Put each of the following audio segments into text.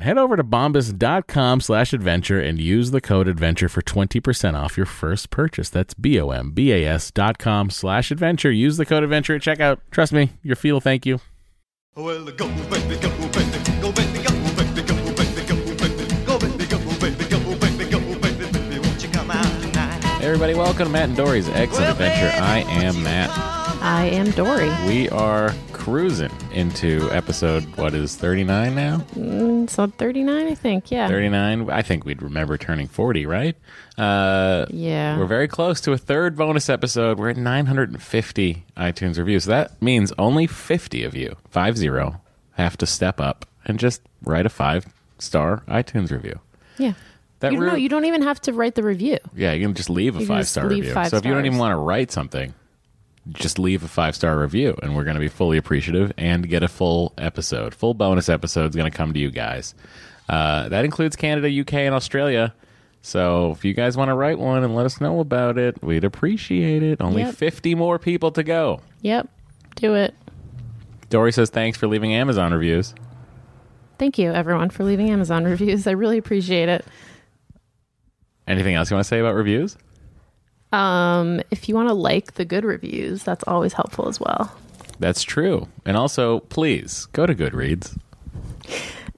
Head over to bombas.com slash adventure and use the code adventure for 20% off your first purchase. That's B O M B A S dot com slash adventure. Use the code adventure at checkout. Trust me, your feel thank you. Well, go, baby, go, baby, go, baby, go, baby, go, baby, go, baby, go, baby, go, baby, go, baby, go, baby, baby, won't you come out tonight? Hey everybody, welcome to Matt and Dory's Exit Well, Adventure. baby, I won't am you Matt. come? I am Dory. We are cruising into episode, what is 39 now? Mm, So 39, I think. Yeah. 39. I think we'd remember turning 40, right? Uh, Yeah. We're very close to a third bonus episode. We're at 950 iTunes reviews. So that means only 50 of you, five zero, have to step up and just write a five star iTunes review. yeah. That You, no, re- you don't even have to write the review. yeah, you can just leave a You can five just star leave review. five so if you don't stars. even want to write something, just leave a five star review, and we're going to be fully appreciative and get a full episode, full bonus episode is going to come to you guys. Uh, that includes Canada, UK, and Australia. So if you guys want to write one and let us know about it, we'd appreciate it. Only Yep. fifty more people to go. Yep. Do it. Dory says thanks for leaving Amazon reviews. Thank you, everyone, for leaving Amazon reviews. I really appreciate it. Anything else you want to say about reviews? Um, if you want to like the good reviews, that's always helpful as well. That's true. And also, please go to Goodreads.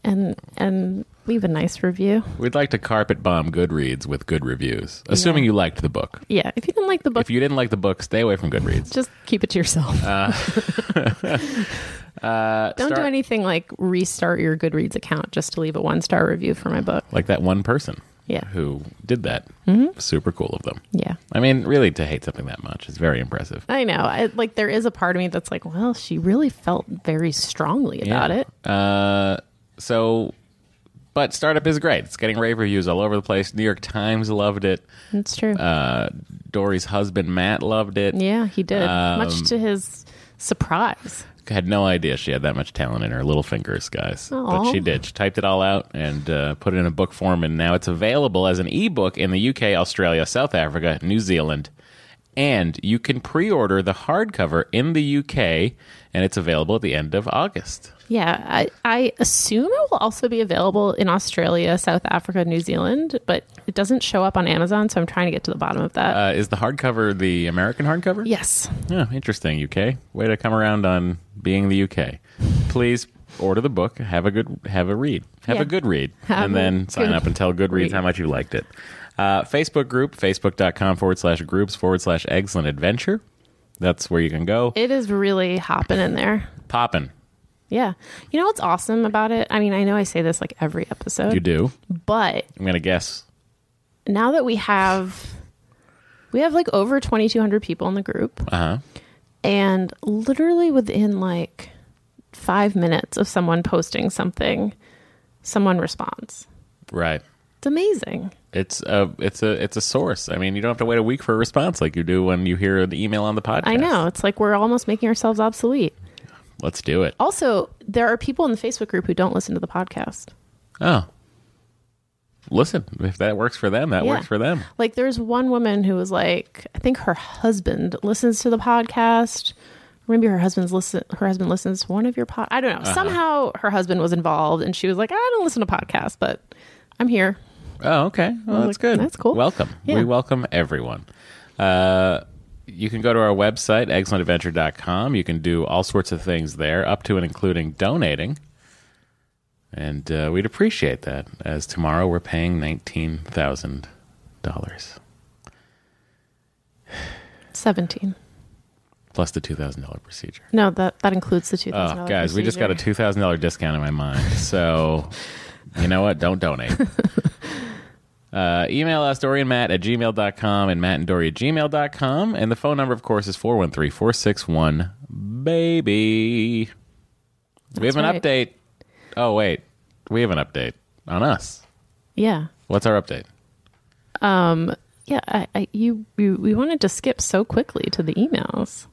And and leave a nice review. We'd like to carpet bomb Goodreads with good reviews, assuming you liked the book. Yeah. If you didn't like the book, If you didn't like the book, stay away from Goodreads. just keep it to yourself. don't do Uh, start- anything like restart your Goodreads account just to leave a one star review for my book. Like that one person Yeah. Mm-hmm. who did that. Super cool of them. Yeah. I mean, really, to hate something that much is very impressive. I know. I, like there is a part of me that's like, well, she really felt very strongly about it. Uh, so, but Startup is great. It's getting rave reviews all over the place. New York Times loved it. It's true. Uh, Dory's husband, Matt, loved it. yeah, he did. um, Much to his surprise. had no idea she had that much talent in her little fingers, guys. But Aw. she did. She typed it all out and uh, put it in a book form, and now it's available as an ebook in the UK, Australia, South Africa, New Zealand, And you can pre order the hardcover in the UK, and it's available at the end of August. Yeah, I, I assume it will also be available in Australia, South Africa, New Zealand, but it doesn't show up on Amazon, so I'm trying to get to the bottom of that. Uh, is the hardcover the American hardcover? yes. Yeah, interesting, UK. Way to come around on being the UK. Please order the book, have a good have a read. Have Yeah. a good read. Have and a then good sign up and tell Goodreads read. how much you liked it. Uh, Facebook group, facebook.com forward slash groups forward slash excellent adventure. That's where you can go. It is really hopping in there. Poppin'. Yeah. You know what's awesome about it? I mean, I know I say this like every episode, You do. but I'm gonna guess. now that we have we have like over 2200 people in the group Uh-huh. and literally within like 5 minutes of someone posting something someone responds Right. it's amazing It's a it's a it's a source. I mean, you don't have to wait a week for a response like you do when you hear the email on the podcast. i know it's like we're almost making ourselves obsolete Let's do it. also there are people in the facebook group who don't listen to the podcast Oh. Listen, if that works for them, that Yeah. works for them. like there's one woman who was like i think her husband listens to the podcast or maybe her husband's listen her husband listens to one of your pod i don't know somehow her husband was involved and she was like i don't listen to podcasts but i'm here Oh, okay. Well, that's was like, good. "That's cool." Welcome. Yeah. We welcome everyone. Uh, you can go to our website, excellentadventure.com. You can do all sorts of things there, up to and including donating. And uh, we'd appreciate that, as tomorrow we're paying $19,000 17 plus the $2,000 procedure. no that that includes the two Oh, thousand guys, we just got a $2,000 discount in my mind. So, you know what? Don't donate. Uh, email us, Dory and Matt at gmail.com and Matt and Dory at gmail.com. And the phone number, of course, is 413 461 BABY. We have an right. update. Oh, wait. We have an update on us. yeah What's our update? yeah I, I you, you we wanted to skip so quickly to the emails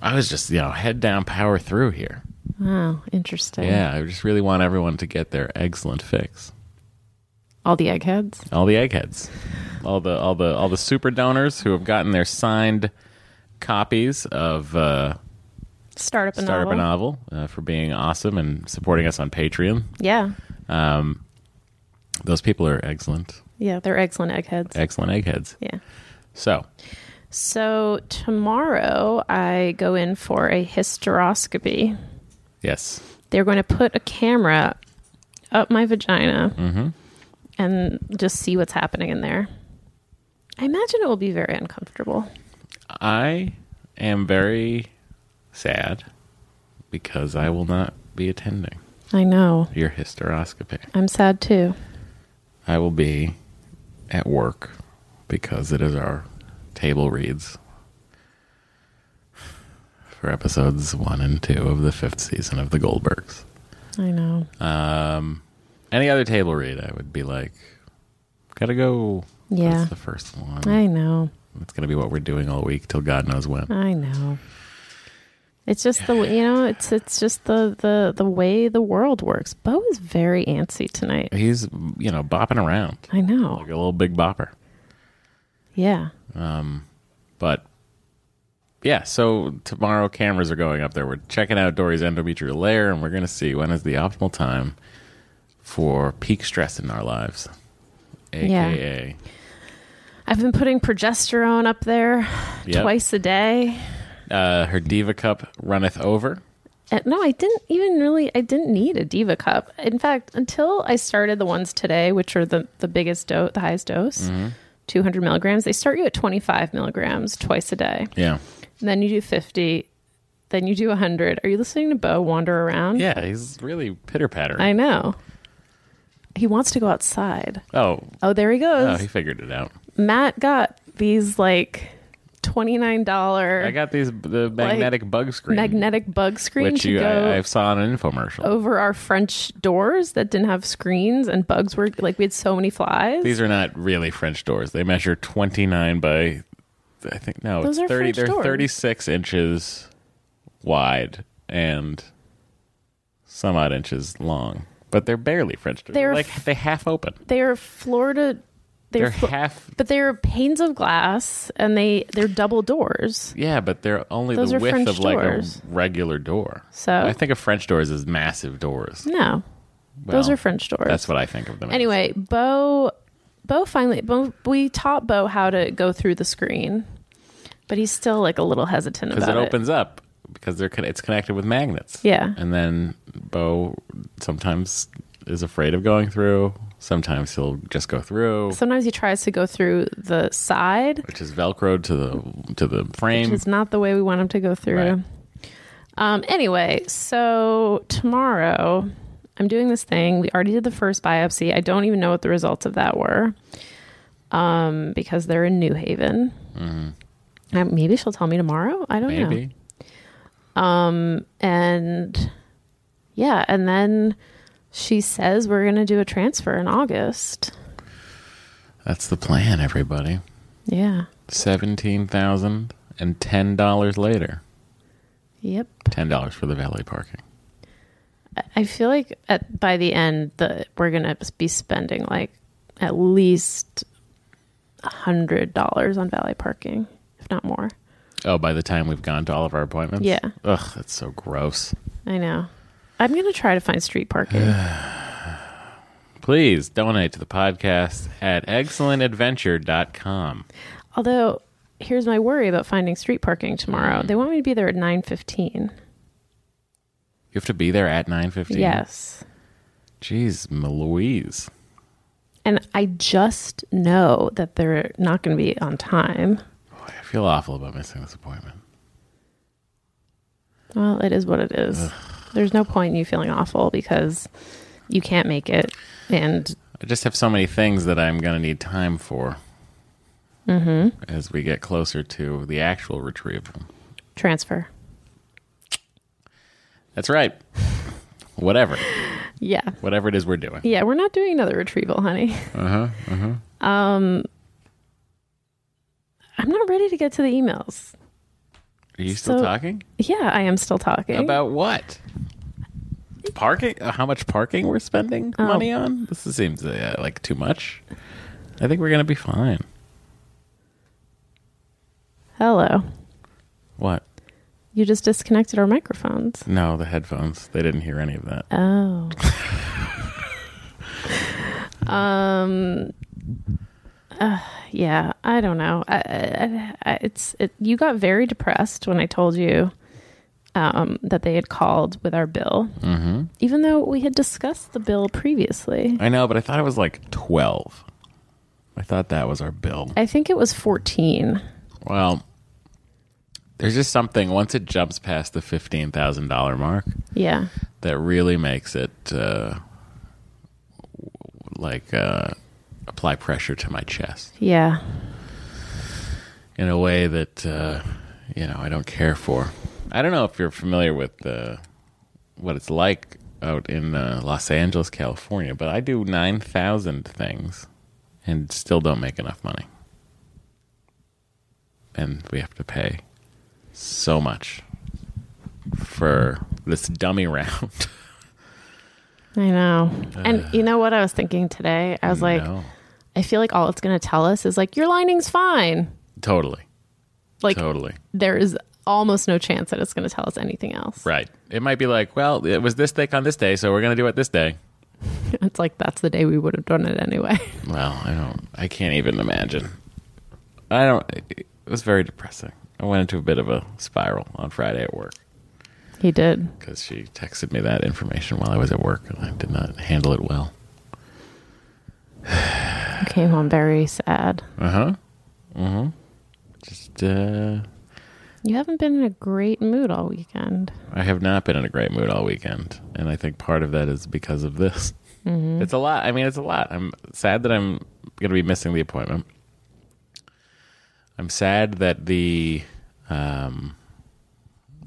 I was just, you know, head down, power through here. wow interesting Yeah, I just really want everyone to get their excellent fix. all the eggheads all the eggheads all the all the all the super donors who have gotten their signed copies of uh, startup and startup novel. a novel uh, for being awesome and supporting us on patreon yeah those people are excellent yeah they're excellent eggheads excellent eggheads yeah so So tomorrow I go in for a hysteroscopy. yes They're going to put a camera up my vagina Mm-hmm. and just see what's happening in there. I imagine it will be very uncomfortable. i am very sad because i will not be attending I know. your hysteroscopy I'm sad too. i will be at work because it is our table reads for episodes one and two of the fifth season of the Goldbergs. I know. Uh, Any other table read, I would be like, gotta go. Yeah. That's the first one. I know. That's gonna be what we're doing all week till God knows when. I know. It's just the you know it's it's just the the the way the world works. Bo is very antsy tonight. He's, you know, bopping around I know. like a little big bopper. Yeah. But yeah, so tomorrow cameras are going up there. We're checking out Dory's endometrial layer and we're going to see when is the optimal time for peak stress in our lives. AKA. I've been putting progesterone up there Yep. twice a day. Uh, her diva cup runneth over. Uh, no, I didn't even really. I didn't need a diva cup. In fact, until I started the ones today, which are the the biggest dose, the highest dose, Mm-hmm. hundred milligrams. They start you at twenty five milligrams twice a day. Yeah. And then you do fifty. Then you do hundred. Are you listening to Bo wander around? Yeah, he's really pitter I pattering. know. He wants to go outside. Oh, Oh, there he oh, goes. he figured it out. Matt got these like twenty nine I dollar got these the magnetic bug screen, magnetic bug screen which to you, go I, I saw on an infomercial. over our French doors that didn't have screens and bugs were like we had so many flies. These are not really French doors. They measure 29 by, I think, no, Those it's are 30. French they're doors. 36 inches wide and some odd inches long, but they're barely French doors. They're like f- they half open. they are Florida They're fl- half. but they're panes of glass and they they're double doors. Yeah, but they're only Those the are width French of like doors. a regular door. So- I think of French doors as massive doors. No, those Well, are French doors. That's what I think of them. as. Anyway, Bo, Bo finally, Bo, we taught Bo how to go through the screen, but he's still like a little hesitant because about it it. opens up because they're con- it's connected with magnets. Yeah. and then Bo sometimes is afraid of going through. Sometimes he'll just go through, Sometimes he tries to go through the side, which is velcroed to the to the which frame. is not the way we want him to go through. Right. Um, anyway, so tomorrow I'm doing this thing. We already did the first biopsy. I don't even know what the results of that were um, because they're in New Haven. Uh, maybe she'll tell me tomorrow. I don't know. Mm-hmm. Maybe and yeah and then she says we're going to do a transfer in august that's the plan, everybody. yeah Seventeen thousand and ten dollars later, yep ten dollars for the valet parking. I- i feel like at, by the end the, we're going to be spending like at least $100 on valet parking if not more Oh, by the time we've gone to all of our appointments, Yeah. Ugh, that's so gross. i know i'm going to try to find street parking Please donate to the podcast at excellentadventure.com. although here's my worry about finding street parking tomorrow they want me to be there at 9.15 You have to be there at nine fifteen. yes Jeez, Louise. And I just know that they're not going to be on time. Boy, I feel awful about missing this appointment. Well, it is what it is. There's no point in you feeling awful because you can't make it. And I just have so many things that I'm going to need time for Mm-hmm. as we get closer to the actual retrieval. transfer. That's right. Whatever. Yeah. Whatever it is we're doing. Yeah, we're not doing another retrieval, honey. Uh-huh. Uh-huh. Um I'm not ready to get to the emails. Are you still So- talking? Yeah, I am still talking. About what? Parking? Uh, How much parking we're spending Oh. money on? This seems uh, like too much. I think we're going to be fine. Hello. What? You just disconnected our microphones. No, the headphones. They didn't hear any of that. Oh. um. uh, yeah, I don't know. I, I, I, it's it, you got very depressed when I told you um, that they had called with our bill, mm-hmm. even though we had discussed the bill previously. I know, but I thought it was like 12. I thought that was our bill. I think it was fourteen. Well, there's just something once it jumps past the $15,000 mark Yeah, that really makes it uh, like uh, apply pressure to my chest yeah, in a way that, uh, you know, I don't care for. I don't know if you're familiar with uh, what it's like out in uh, Los Angeles, California, but I do 9,000 things and still don't make enough money. And we have to pay so much for this dummy round. I know. and you know what I was thinking today? I was like, No. I feel like all it's going to tell us is like your lining's fine. totally. Like totally. there is almost no chance that it's going to tell us anything else. Right. It might be like, well, it was this thick on this day, so we're going to do it this day. It's like that's the day we would have done it anyway. Well, I don't. I can't even imagine. I don't. It was very depressing. I went into a bit of a spiral on Friday at work he did. because she texted me that information while I was at work, and I did not handle it well. He came home very sad. Uh huh. Uh huh. Just. uh You haven't been in a great mood all weekend. I have not been in a great mood all weekend, and I think part of that is because of this. It's a lot. I mean, it's a lot. I'm sad that I'm going to be missing the appointment. I'm sad that the um,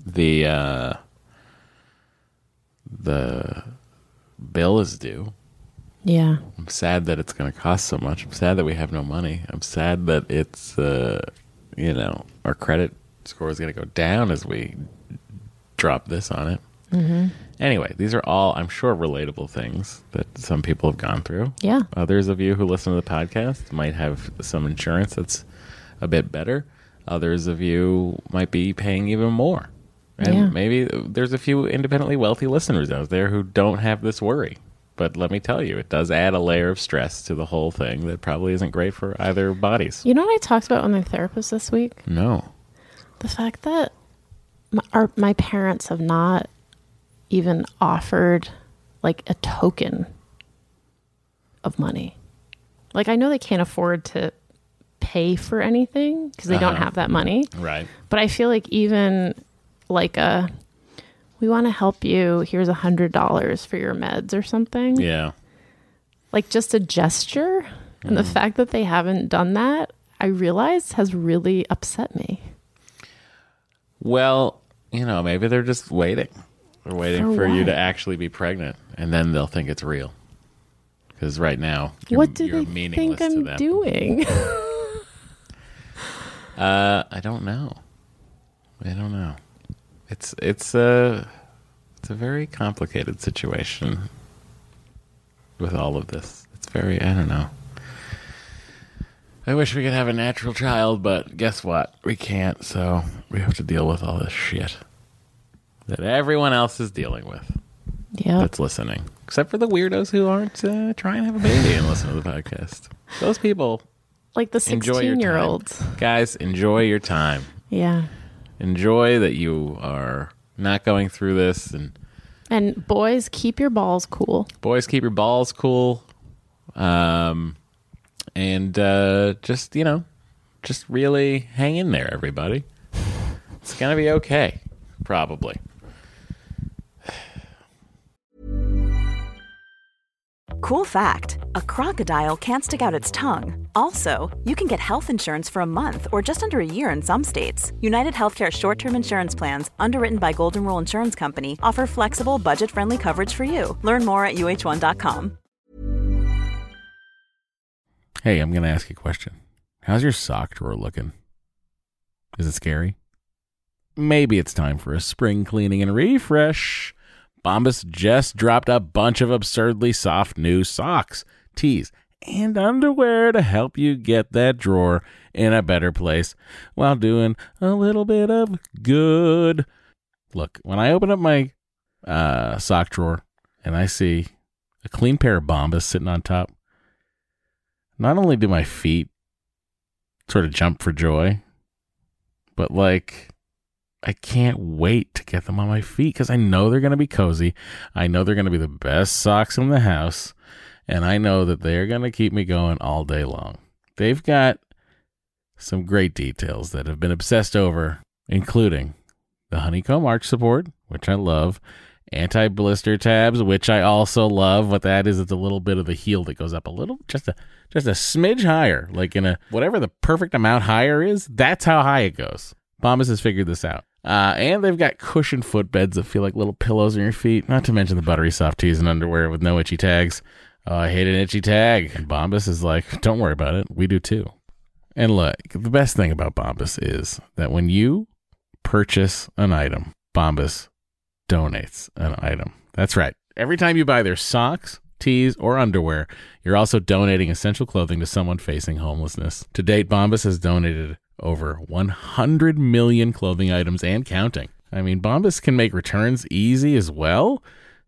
the uh, the bill is due. Yeah. I'm sad that it's going to cost so much. I'm sad that we have no money. I'm sad that it's, uh, you know, our credit score is going to go down as we drop this on it. Mm-hmm. Anyway, these are all, I'm sure, relatable things that some people have gone through. Yeah. Others of you who listen to the podcast might have some insurance that's a bit better. Others of you might be paying even more. And Yeah. maybe there's a few independently wealthy listeners out there who don't have this worry. But let me tell you, it does add a layer of stress to the whole thing that probably isn't great for either bodies. You know what I talked about with my therapist this week? No. The fact that my, our, my parents have not even offered like a token of money. Like I know they can't afford to pay for anything because they don't Uh-huh. have that money. Right. But I feel like even like a we want to help you. Here's a hundred dollars for your meds or something. Yeah. Like just a gesture, and Mm-hmm. the fact that they haven't done that, I realize has really upset me. Well, you know, maybe they're just waiting. They're waiting For for, you what? to actually be pregnant, and then they'll think it's real. Because right now, you're, what do you're they meaningless think to I'm them. doing? Uh, I don't know. I don't know. It's it's a it's a very complicated situation with all of this. It's very I don't know. I wish we could have a natural child, but guess what? We can't. So we have to deal with all this shit that everyone else is dealing with yeah, that's listening, except for the weirdos who aren't uh, trying to have a baby and listen to the podcast. Those people like the enjoy your time. sixteen-year-olds. guys. Enjoy your time Yeah, enjoy that you are not going through this and and boys, keep your balls cool. boys keep your balls cool um and uh just you know just really hang in there everybody it's gonna be okay probably Cool fact a crocodile can't stick out its tongue. Also, you can get health insurance for a month or just under a year in some states. United Healthcare short term insurance plans, underwritten by Golden Rule Insurance Company, offer flexible, budget friendly coverage for you. Learn more at uh1.com. Hey, I'm going to ask you a question. How's your sock drawer looking? Is it scary? Maybe it's time for a spring cleaning and refresh. Bombas just dropped a bunch of absurdly soft new socks, tees, and underwear to help you get that drawer in a better place while doing a little bit of good. Look, when I open up my uh, sock drawer and I see a clean pair of Bombas sitting on top, not only do my feet sort of jump for joy, but like I can't wait to get them on my feet because I know they're going to be cozy. I know they're going to be the best socks in the house. And I know that they're going to keep me going all day long. They've got some great details that have been obsessed over, including the honeycomb arch support, which I love, anti blister tabs, which I also love. What that is, it's a little bit of the heel that goes up a little, just a just a smidge higher, like in a whatever the perfect amount higher is. That's how high it goes. Bombas has figured this out. Uh, and they've got cushioned footbeds that feel like little pillows on your feet, not to mention the buttery soft tees and underwear with no itchy tags. Oh, I hate an itchy tag. And Bombas is like, don't worry about it. We do too. And look, the best thing about Bombas is that when you purchase an item, Bombas donates an item. That's right. Every time you buy their socks, tees, or underwear, you're also donating essential clothing to someone facing homelessness. To date, Bombas has donated over 100 million clothing items and counting. I mean, Bombas can make returns easy as well.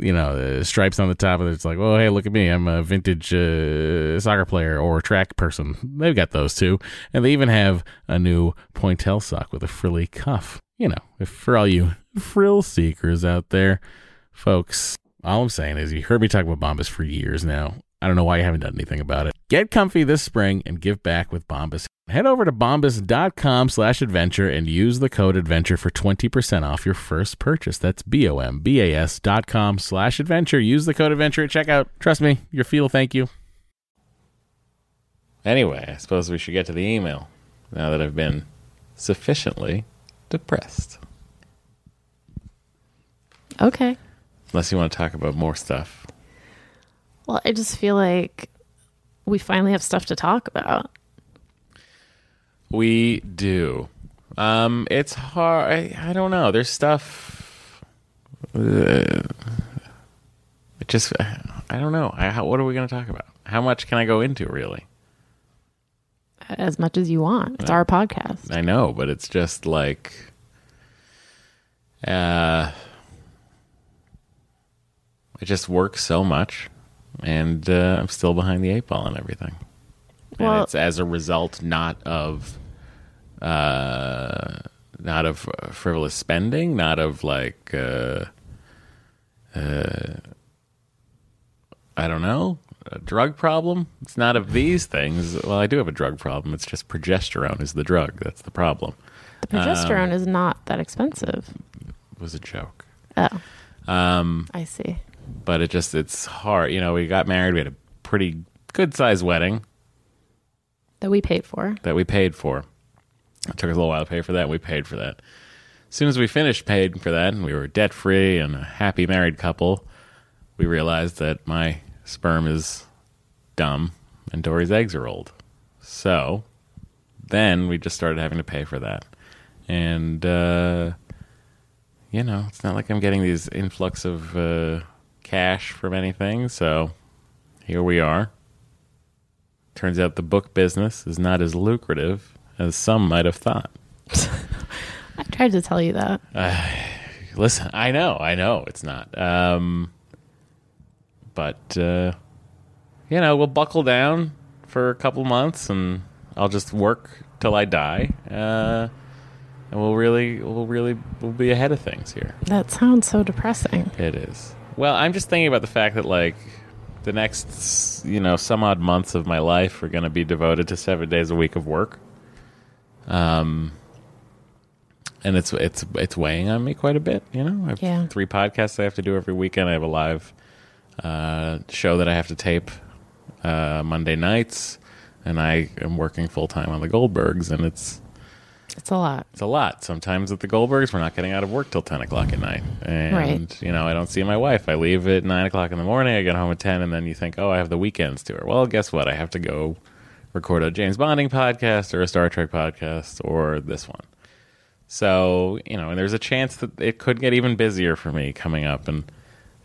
you know, uh, stripes on the top of it. It's like, oh, hey, look at me. I'm a vintage uh, soccer player or track person. They've got those too. And they even have a new pointel sock with a frilly cuff. You know, if for all you frill seekers out there, folks, all I'm saying is you heard me talk about Bombas for years now. I don't know why you haven't done anything about it. Get comfy this spring and give back with Bombas. Head over to bombas.com slash adventure and use the code adventure for 20% off your first purchase. That's B-O-M-B-A-S dot com slash adventure. Use the code adventure at checkout. Trust me, your feel thank you. Anyway, I suppose we should get to the email now that I've been sufficiently depressed. Okay. Unless you want to talk about more stuff. Well, I just feel like we finally have stuff to talk about. We do. Um, it's hard. I, I don't know. There's stuff. Uh, it just. I don't know. I, how, what are we going to talk about? How much can I go into, really? as much as you want. It's our podcast. I know, but it's just like uh it just works so much and uh, I'm still behind the eight ball and everything. and Well- it's as a result not of uh not of frivolous spending, not of like uh uh I don't know, a drug problem. It's not of these things. Well, I do have a drug problem. It's just progesterone is the drug. That's the problem. The progesterone Um, is not that expensive. It was a joke. Oh, Um, I see. but it just it's hard. You know, we got married. We had a pretty good sized wedding That we paid for. that we paid for. It took us a little while to pay for that. and We paid for that. As soon as we finished paying for that, and we were debt free and a happy married couple, we realized that my sperm is dumb and Dory's eggs are old. So then we just started having to pay for that. And, uh, you know, it's not like I'm getting these influx of uh, cash from anything. So here we are. Turns out the book business is not as lucrative as some might have thought. I tried to tell you that. Listen, I know, I know it's not. Um, but, uh, you know, we'll buckle down for a couple months and I'll just work till I die. Uh, and we'll really, we'll really, we'll be ahead of things here. That sounds so depressing. It is. Well, I'm just thinking about the fact that like the next, you know, some odd months of my life are going to be devoted to seven days a week of work. Um, and it's it's it's weighing on me quite a bit. You know, I have Yeah. three podcasts I have to do every weekend. I have a live uh, show that I have to tape uh, Monday nights, and I am working full time on the Goldbergs, and it's It's a lot. it's a lot. Sometimes at the Goldbergs, we're not getting out of work till ten o'clock at night, and Right. you know I don't see my wife. I leave at nine o'clock in the morning. I get home at ten, and then you think, oh, I have the weekends to her. Well, guess what? I have to go record a James Bonding podcast or a Star Trek podcast or this one. So you know, and there's a chance that it could get even busier for me coming up, and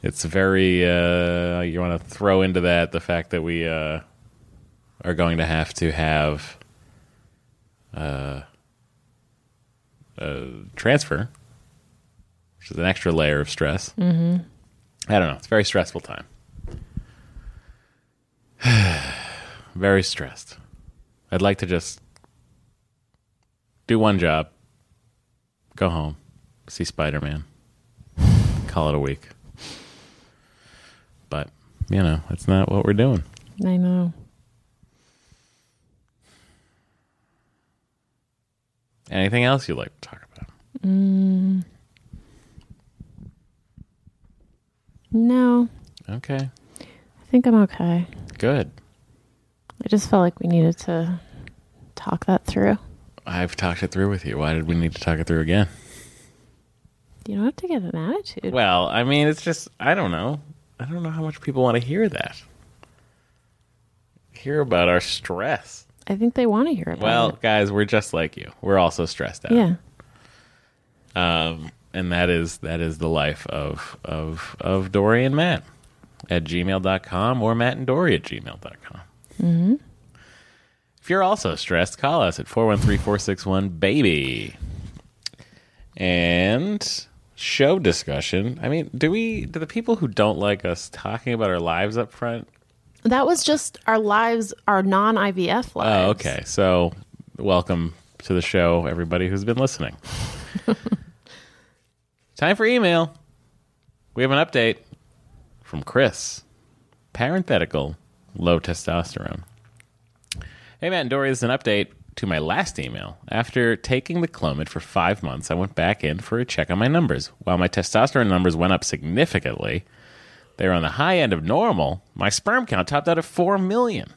it's very. Uh, you want to throw into that the fact that we uh, are going to have to have. transfer, which is an extra layer of stress. Mm-hmm. I don't know. It's a very stressful time. very stressed. I'd like to just do one job, go home, see Spider Man, call it a week. But, you know, that's not what we're doing. I know. Anything else you'd like to talk about? No, Okay, I think I'm okay. good. I just felt like we needed to talk that through. I've talked it through with you. Why did we need to talk it through again? You don't have to get an attitude. Well, I mean, it's just I don't know. I don't know how much people want to hear that. Hear about our stress. I think they want to hear about Well, it. guys, we're just like you. We're also stressed out. Yeah. Um, and that is that is the life of of of Dory and Matt at gmail.com or Matt and Dory at gmail.com. Mm-hmm. If you're also stressed, call us at 413 461 baby. And show discussion. I mean, do we do the people who don't like us talking about our lives up front? That was just our lives, our non IVF lives. Oh, okay. So welcome to the show, everybody who's been listening. Time for email. We have an update from Chris. Parenthetical low testosterone. Hey, Matt and Dory, this is an update to my last email. After taking the Clomid for five months, I went back in for a check on my numbers. While my testosterone numbers went up significantly, they were on the high end of normal. My sperm count topped out at 4 million.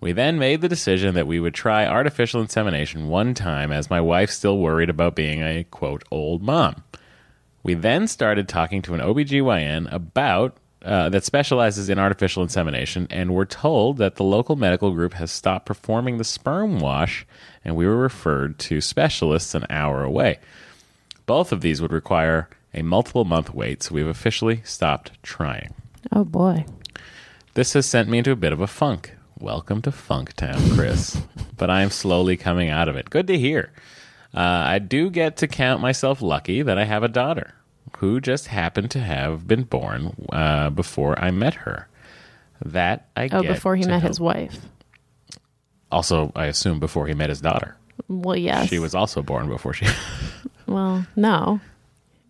We then made the decision that we would try artificial insemination one time as my wife still worried about being a quote old mom. We then started talking to an OBGYN about uh, that specializes in artificial insemination and were told that the local medical group has stopped performing the sperm wash and we were referred to specialists an hour away. Both of these would require a multiple month wait, so we've officially stopped trying. Oh boy. This has sent me into a bit of a funk. Welcome to Funktown, Chris. but I am slowly coming out of it. Good to hear. Uh, I do get to count myself lucky that I have a daughter who just happened to have been born uh, before I met her. That I Oh, get before he to met help. his wife. also I assume before he met his daughter. Well, yes. She was also born before she. Well, no.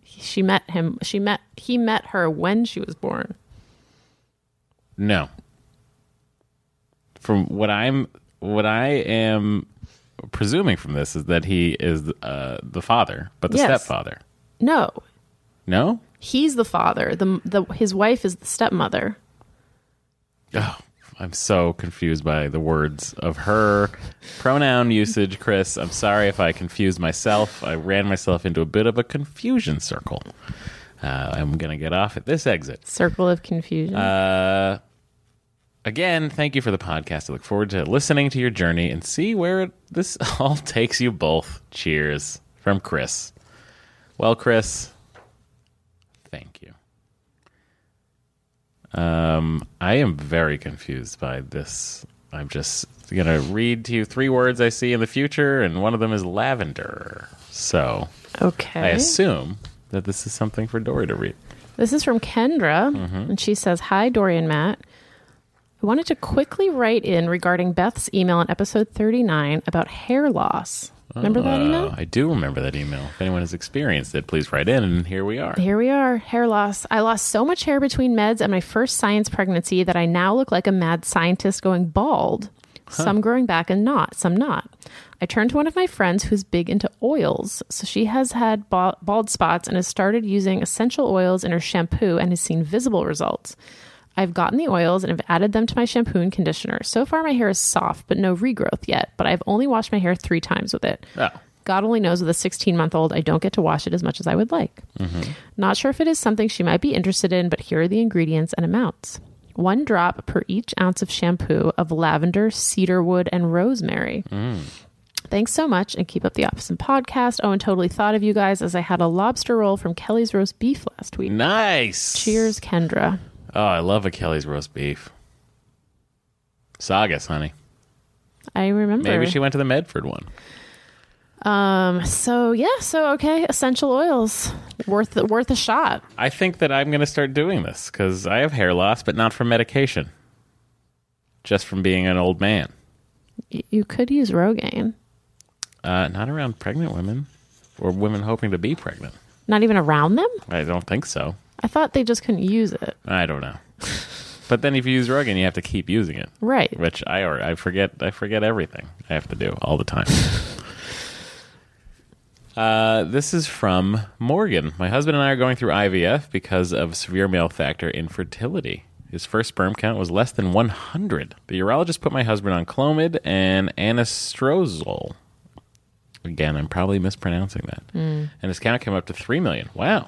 He- She met him. She met. He met her when she was born. No. From what I'm, what I am presuming from this is that he is uh, the father, but the Yes. stepfather. No, No. he's the father. The the his wife is the stepmother. Oh, I'm so confused by the words of her pronoun usage, Chris. I'm sorry if I confused myself. I ran myself into a bit of a confusion circle. Uh, I'm gonna get off at this exit. Circle of confusion. Uh, again, thank you for the podcast. I look forward to listening to your journey and see where it, this all takes you both. Cheers from Chris. Well, Chris, thank you. Um, I am very confused by this. I'm just going to read to you three words I see in the future, and one of them is lavender. So I okay. assume that this is something for Dory to read. This is from Kendra, and she says, "Hi, Dory and Matt. I wanted to quickly write in regarding Beth's email in episode 39 about hair loss. Remember that email? Uh, I do remember that email. If anyone has experienced it, please write in, and here we are. Here we are, hair loss. I lost so much hair between meds and my first science pregnancy that I now look like a mad scientist going bald. Some growing back and not, some not. I turned to one of my friends who's big into oils. So she has had bald, bald spots and has started using essential oils in her shampoo and has seen visible results. I've gotten the oils and have added them to my shampoo and conditioner. So far, my hair is soft, but no regrowth yet. But I've only washed my hair three times with it. Oh. God only knows with a 16 month old, I don't get to wash it as much as I would like. Mm-hmm. Not sure if it is something she might be interested in, but here are the ingredients and amounts one drop per each ounce of shampoo of lavender, cedarwood, and rosemary. Mm. Thanks so much and keep up the awesome podcast. Oh, and totally thought of you guys as I had a lobster roll from Kelly's roast beef last week. Nice. Cheers, Kendra. Oh, I love a Kelly's roast beef. Sagas, honey. I remember. Um, Maybe she went to the Medford one. So yeah, so okay, essential oils worth worth a shot. I think that I'm going to start doing this because I have hair loss, but not from medication, just from being an old man. Y- You could use Rogaine. Uh, not around pregnant women or women hoping to be pregnant. Not even around them. I don't think so. I thought they just couldn't use it. I don't know. but then if you use Rogan, you have to keep using it. Right. which I or I forget I forget everything I have to do all the time. uh, this is from Morgan. My husband and I are going through IVF because of severe male factor infertility. His first sperm count was less than 100. The urologist put my husband on Clomid and anastrozole. Again, I'm probably mispronouncing that. And his count came up to 3 million. Wow.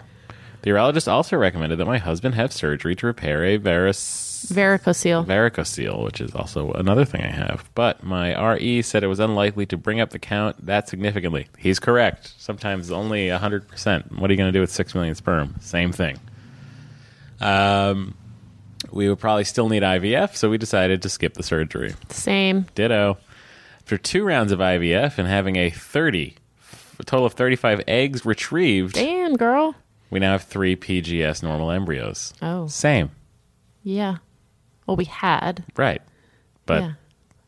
The urologist also recommended that my husband have surgery to repair a varicose Varicocele. varicocele, which is also another thing I have. But my RE said it was unlikely to bring up the count that significantly. He's correct. Sometimes only 100%. What are you going to do with 6 million sperm? Same thing. Um, we would probably still need IVF, so we decided to skip the surgery. Same. Ditto. After two rounds of IVF and having a 30, a total of 35 eggs retrieved, Damn, girl. we now have three PGS normal embryos. Oh, Same. yeah. Well, we had. Right. But. yeah.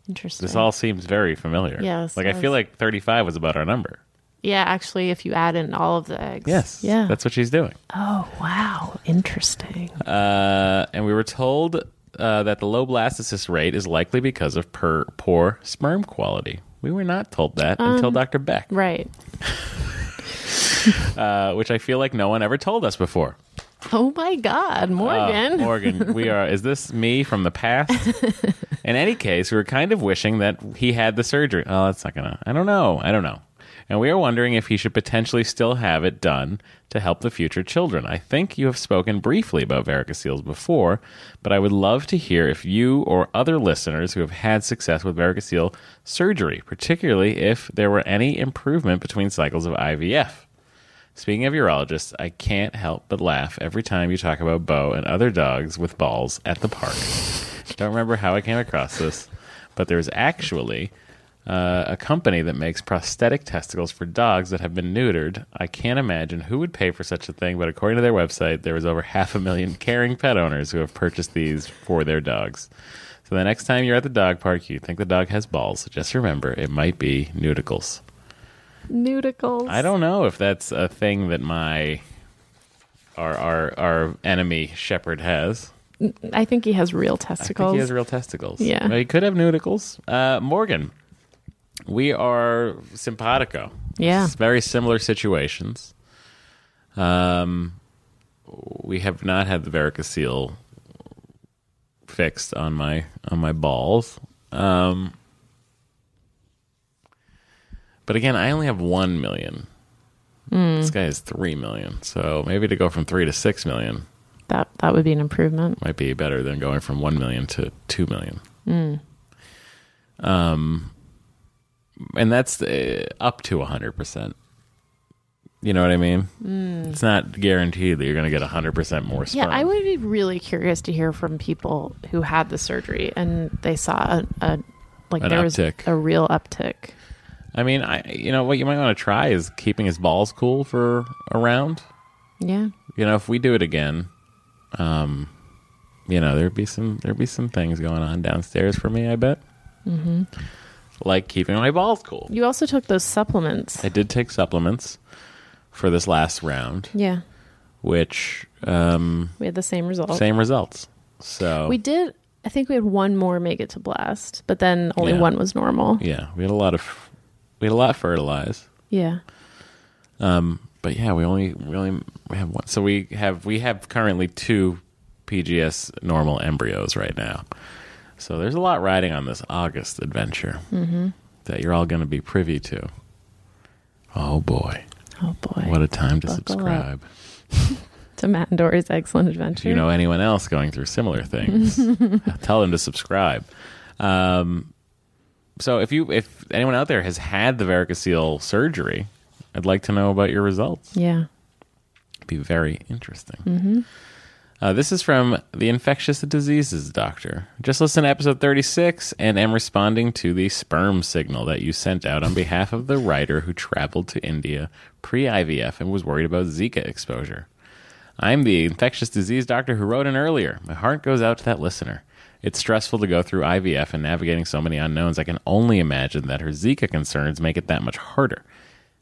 Interesting. This all seems very familiar. Yes, Like I yes. feel like 35 was about our number. yeah, actually, if you add in all of the eggs. Yeah. Yeah. That's what she's doing. oh, wow. Interesting. Uh, and we were told uh, that the low blastocyst rate is likely because of per, poor sperm quality. We were not told that until Dr. Beck, Um, Right. uh, which I feel like no one ever told us before. Oh my God, Morgan. Uh, Morgan, we are. Is this me from the past? In any case, we were kind of wishing that he had the surgery. Oh, that's not gonna. I don't know. I don't know. And we are wondering if he should potentially still have it done to help the future children. I think you have spoken briefly about varicoceles before, but I would love to hear if you or other listeners who have had success with varicocele surgery, particularly if there were any improvement between cycles of IVF. Speaking of urologists, I can't help but laugh every time you talk about Bo and other dogs with balls at the park. Don't remember how I came across this, but there's actually uh, a company that makes prosthetic testicles for dogs that have been neutered. I can't imagine who would pay for such a thing, but according to their website, there was over half a million caring pet owners who have purchased these for their dogs. So the next time you're at the dog park, you think the dog has balls, just remember it might be nudicles. Nudicles. I don't know if that's a thing that my our our our enemy shepherd has. I think he has real I think testicles. he has real testicles. Yeah. But he could have nudicles. Uh, Morgan, we are simpatico. Yeah. It's very similar situations. Um, we have not had the varicocele fixed on my on my balls. Um, but again, I only have one million. Hmm. This guy has three million, so maybe to go from three to six million that that would be an improvement. might be better than going from 1 million to 2 million. Um, and that's uh, up to 100%. You know what I mean? It's not guaranteed that you're going to get 100% more Mm. Yeah, sperm. I would be really curious to hear from people who had the surgery and they saw a, a like An there uptick. was a real uptick. I mean, I you know what you might want to try is keeping his balls cool for a round. Yeah. You know, if we do it again, um, you know, there'd be some there'd be some things going on downstairs for me, I bet. Mm-hmm. Like keeping my balls cool. You also took those supplements. I did take supplements for this last round, yeah. which um, We had the same result. same results. So We did I think we had one more make it to blast, but then only Yeah. one was normal. yeah, we had a lot of we had a lot fertilized, Yeah. but yeah, we only we only have one. So we have we have currently two PGS normal embryos right now. So there's a lot riding on this August adventure Mm-hmm. that you're all going to be privy to. Oh boy, Oh boy. what a time to Buckle up. subscribe! to Matt and Dory's excellent If adventure. you know anyone else going through similar things, tell them to subscribe. Um, so if you if anyone out there has had the varicocele surgery, I'd like to know about your results. yeah. It'd be very interesting. Uh, this is from the infectious diseases doctor. Just listen to episode 36 and am responding to the sperm signal that you sent out on behalf of the writer who traveled to India pre IVF and was worried about Zika exposure. I'm the infectious disease doctor who wrote in earlier. My heart goes out to that listener. It's stressful to go through IVF and navigating so many unknowns. I can only imagine that her Zika concerns make it that much harder.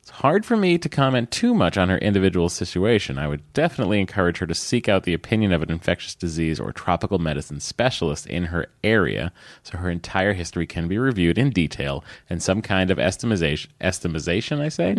It's hard for me to comment too much on her individual situation. I would definitely encourage her to seek out the opinion of an infectious disease or tropical medicine specialist in her area so her entire history can be reviewed in detail and some kind of estimation, estimation I say?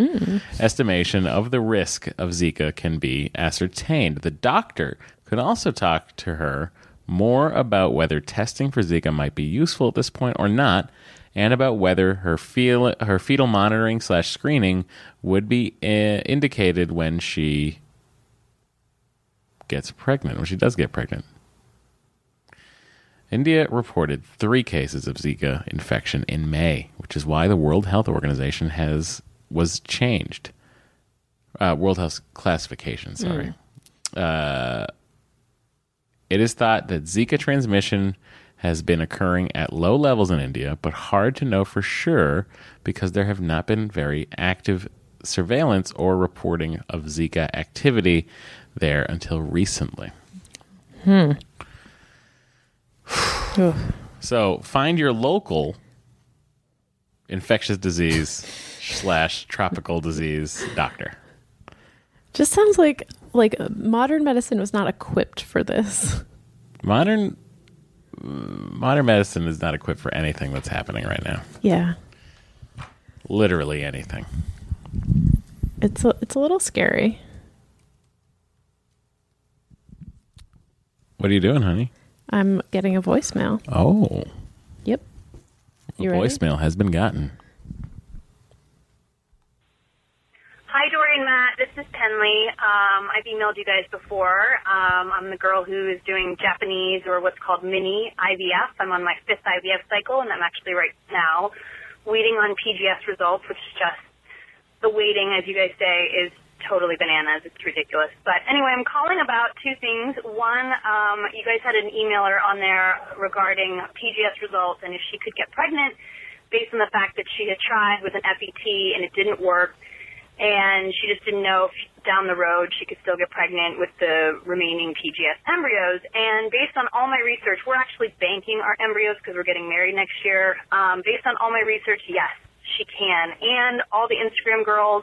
Estimation of the risk of Zika can be ascertained. The doctor could also talk to her more about whether testing for Zika might be useful at this point or not, and about whether her feel her fetal monitoring slash screening would be uh, indicated when she gets pregnant, when she does get pregnant. India reported three cases of Zika infection in May, which is why the World Health Organization has was changed. Uh, World Health classification, sorry. Uh, It is thought that Zika transmission has been occurring at low levels in India, but hard to know for sure because there have not been very active surveillance or reporting of Zika activity there until recently. Ugh. So find your local infectious disease slash tropical disease doctor. Just sounds like like modern medicine was not equipped for this. Modern modern medicine is not equipped for anything that's happening right now. Yeah. Literally anything. It's a, it's a little scary. What are you doing, honey? I'm getting a voicemail. Oh, Yep. a You ready? voicemail has been gotten. Hi, Dory and Matt. This is Penley. Um, I've emailed you guys before. Um, I'm the girl who is doing Japanese or what's called mini IVF. I'm on my fifth IVF cycle, and I'm actually right now waiting on PGS results, which is just the waiting, as you guys say, is totally bananas. It's ridiculous. But anyway, I'm calling about two things. One, um, you guys had an emailer on there regarding PGS results and if she could get pregnant based on the fact that she had tried with an FET and it didn't work. And she just didn't know if down the road she could still get pregnant with the remaining PGS embryos. And based on all my research, we're actually banking our embryos because we're getting married next year. Um, based on all my research, yes, she can. And all the Instagram girls,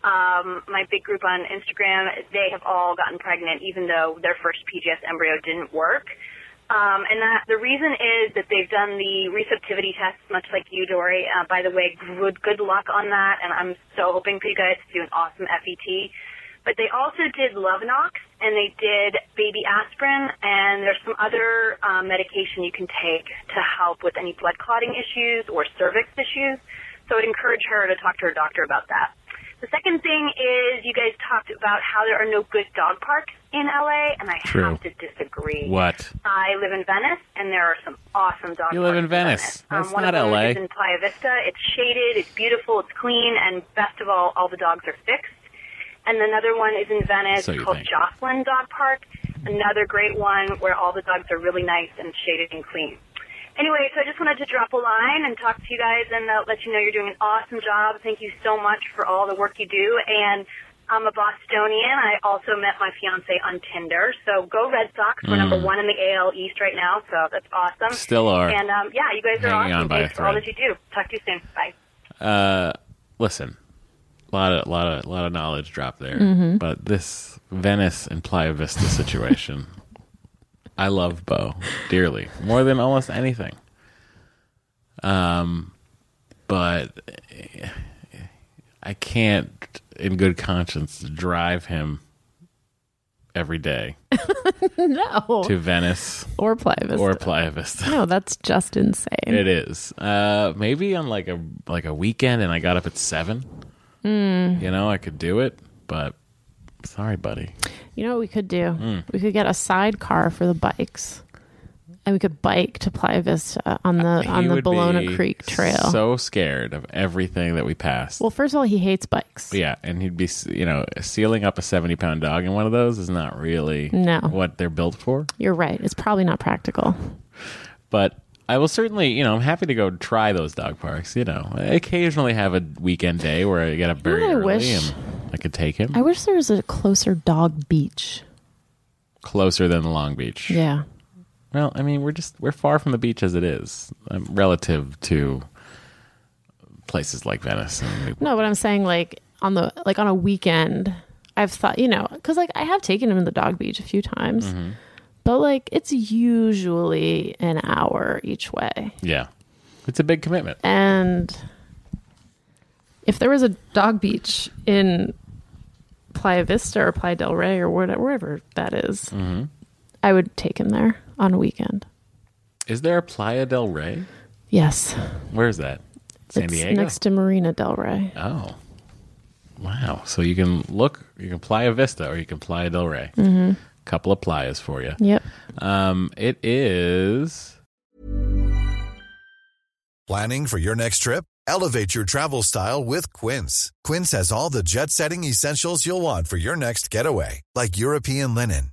um, my big group on Instagram, they have all gotten pregnant, even though their first PGS embryo didn't work. Um, and that the reason is that they've done the receptivity tests, much like you, Dory. Uh, by the way, good good luck on that, and I'm so hoping for you guys to do an awesome FET. But they also did Lovenox, and they did baby aspirin, and there's some other um, medication you can take to help with any blood clotting issues or cervix issues. So I'd encourage her to talk to her doctor about that. The second thing is you guys talked about how there are no good dog parks in LA, and I True. have to disagree. What? I live in Venice, and there are some awesome dog You live parks in Venice. That's Um, one not of them LA. Is in Playa Vista. It's shaded. It's beautiful. It's clean, and best of all, all the dogs are fixed. And another one is in Venice So you called think. Jocelyn Dog Park. Another great one where all the dogs are really nice and shaded and clean. Anyway, so I just wanted to drop a line and talk to you guys and uh, let you know you're doing an awesome job. Thank you so much for all the work you do. And I'm a Bostonian. I also met my fiance on Tinder. So go Red Sox. We're number one in the AL East right now. So that's awesome. Mm. Still are. And um, yeah, you guys are Hanging on awesome. by a Thanks for all thread. that you do. Talk to you soon. Bye. Uh, Listen, a lot of lot of lot of knowledge drop there, but this Venice and Playa Vista situation, I love Bo dearly more than almost anything. Um, but eh, I can't, in good conscience, drive him every day No. to Venice Or Playa Vista. or Playa Vista. no, that's just insane. It is. Uh, maybe on like a like a weekend, and I got up at seven. Hmm. You know, I could do it, but sorry, buddy. You know what we could do? Hmm. We could get a sidecar for the bikes. And we could bike to Playa Vista on the on Uh, He the would be Bologna Creek Trail. So scared of everything that we passed. well, first of all, he hates bikes. yeah, and he'd be you know sealing up a seventy pound dog in one of those is not really No. what they're built for. You're right. It's probably not practical. But I will certainly you know I'm happy to go try those dog parks. You know, I occasionally have a weekend day where I get up very know what I early wish? and I could take him I wish there was a closer dog beach. closer than Long Beach. Yeah. Well, I mean, we're just we're far from the beach as it is, um, relative to places like Venice. and Newport. No, but I'm saying like on the like on a weekend, I've thought you know because like I have taken him to the dog beach a few times, Mm-hmm. but like it's usually an hour each way, Yeah, it's a big commitment. and if there was a dog beach in Playa Vista or Playa del Rey or whatever, wherever that is, Mm-hmm. I would take him there on a weekend. Is there a Playa del Rey? Yes, Where is that? San it's Diego. next to Marina del Rey. oh, wow! So you can look, you can Playa Vista, or you can Playa del Rey. Mm-hmm. Couple of playas for you. Yep. Um, it is. Planning for your next trip? Elevate your travel style with Quince. Quince has all the jet setting essentials you'll want for your next getaway, like European linen,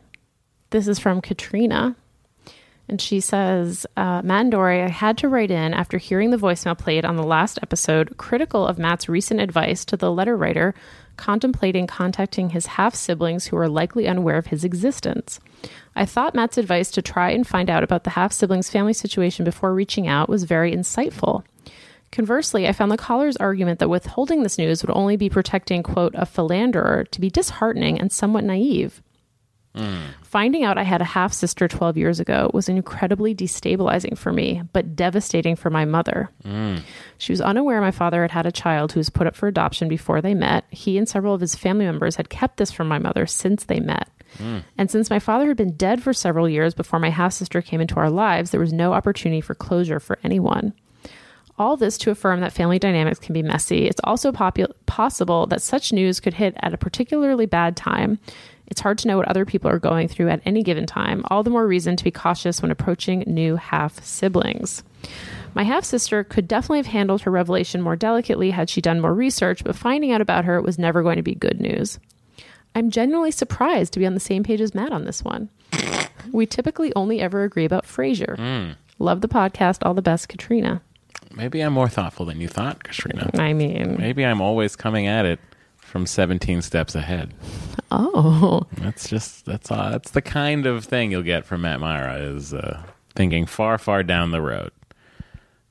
This is from Katrina. And she says, uh, Matt and Dory, I had to write in after hearing the voicemail played on the last episode, critical of Matt's recent advice to the letter writer contemplating contacting his half siblings who are likely unaware of his existence. I thought Matt's advice to try and find out about the half siblings' family situation before reaching out was very insightful. Conversely, I found the caller's argument that withholding this news would only be protecting, quote, a philanderer to be disheartening and somewhat naive. Finding out I had a half sister 12 years ago was incredibly destabilizing for me, but devastating for my mother. She was unaware my father had had a child who was put up for adoption before they met. He and several of his family members had kept this from my mother since they met. And since my father had been dead for several years before my half sister came into our lives, there was no opportunity for closure for anyone. All this to affirm that family dynamics can be messy. It's also popu- possible that such news could hit at a particularly bad time. It's hard to know what other people are going through at any given time. All the more reason to be cautious when approaching new half siblings. My half sister could definitely have handled her revelation more delicately had she done more research, but finding out about her was never going to be good news. I'm genuinely surprised to be on the same page as Matt on this one. we typically only ever agree about Frasier. Love the podcast. All the best, Katrina. Maybe I'm more thoughtful than you thought, Katrina. I mean, Maybe I'm always coming at it from 17 steps ahead. oh, That's just that's all, that's the kind of thing you'll get from Matt Myra is uh, thinking far, far down the road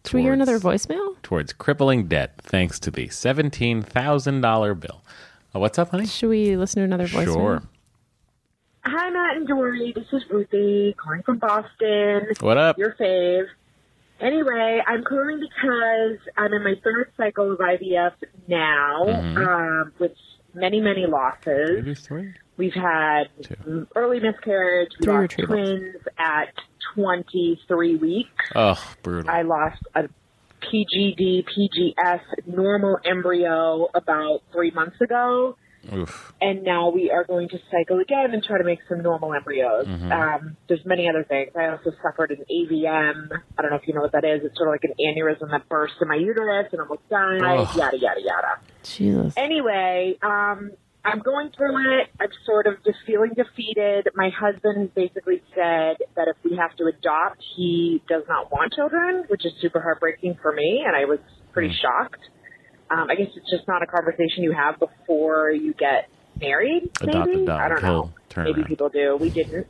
should we hear Towards- another voicemail? towards crippling debt, thanks to the seventeen thousand dollar bill. Uh, what's up, honey? Should we listen to another voicemail? Sure. Hi, Matt and Dory. This is Ruthie calling from Boston. What up? Your fave. Anyway, I'm calling because I'm in my third cycle of IVF now, um, with many, many losses. Maybe three? We've had mm, early miscarriage. We Three lost retrievals. twins at 23 weeks. Oh, brutal. I lost a PGD, PGS normal embryo about three months ago Oof. and now we are going to cycle again and try to make some normal embryos. Um, there's many other things. I also suffered an AVM. I don't know if you know what that is. It's sort of like an aneurysm that burst in my uterus and almost died. Ugh. Yada yada yada. Jesus. Anyway, um, I'm going through it. I'm sort of just feeling defeated. My husband has basically said that if we have to adopt, he does not want children, which is super heartbreaking for me, and I was pretty Hmm. shocked. Um, I guess it's just not a conversation you have before you get married. Maybe Adopt, adopt, I don't know. kill, turn Maybe around. people do. We didn't.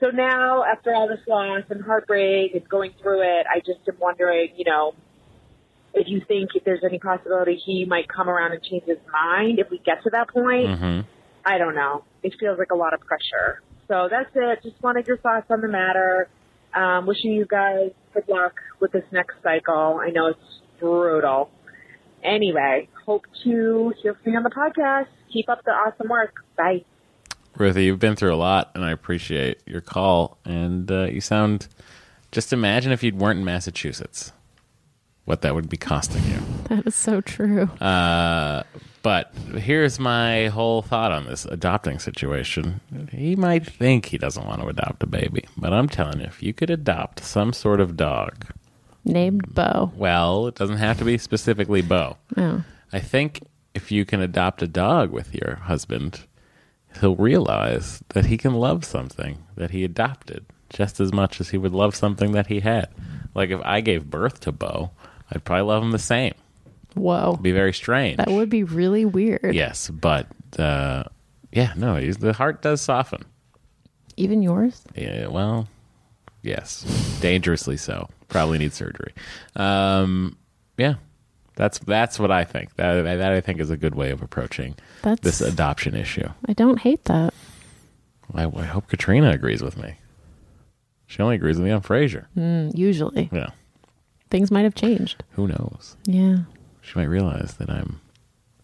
So now, after all this loss and heartbreak and going through it, I just am wondering, you know, if you think if there's any possibility he might come around and change his mind if we get to that point. Hmm. Mm-hmm. I don't know. It feels like a lot of pressure. So that's it. Just wanted your thoughts on the matter. Um, wishing you guys good luck with this next cycle. I know it's brutal. Anyway, hope to hear from you on the podcast. Keep up the awesome work. Bye. Ruthie, you've been through a lot, and I appreciate your call. And uh, you sound. Just imagine if you weren't in Massachusetts, what that would be costing you. That is so true. Uh, But here's my whole thought on this adopting situation. He might think he doesn't want to adopt a baby, but I'm telling you, if you could adopt some sort of dog, Named Bo. well, it doesn't have to be specifically Bo. Oh. I think if you can adopt a dog with your husband, he'll realize that he can love something that he adopted just as much as he would love something that he had. Like if I gave birth to Bo, I'd probably love him the same. Whoa. It'd be very strange. That would be really weird. Yes, but uh, yeah, no, he's- the heart does soften. Even yours? Yeah, well, yes, dangerously so. Probably need surgery. Um, yeah, that's that's what I think. That that I think is a good way of approaching That's this adoption issue. I don't hate that. I, I hope Katrina agrees with me. She only agrees with me on Frasier. Usually. Yeah, Things might have changed. who knows? Yeah. She might realize that I'm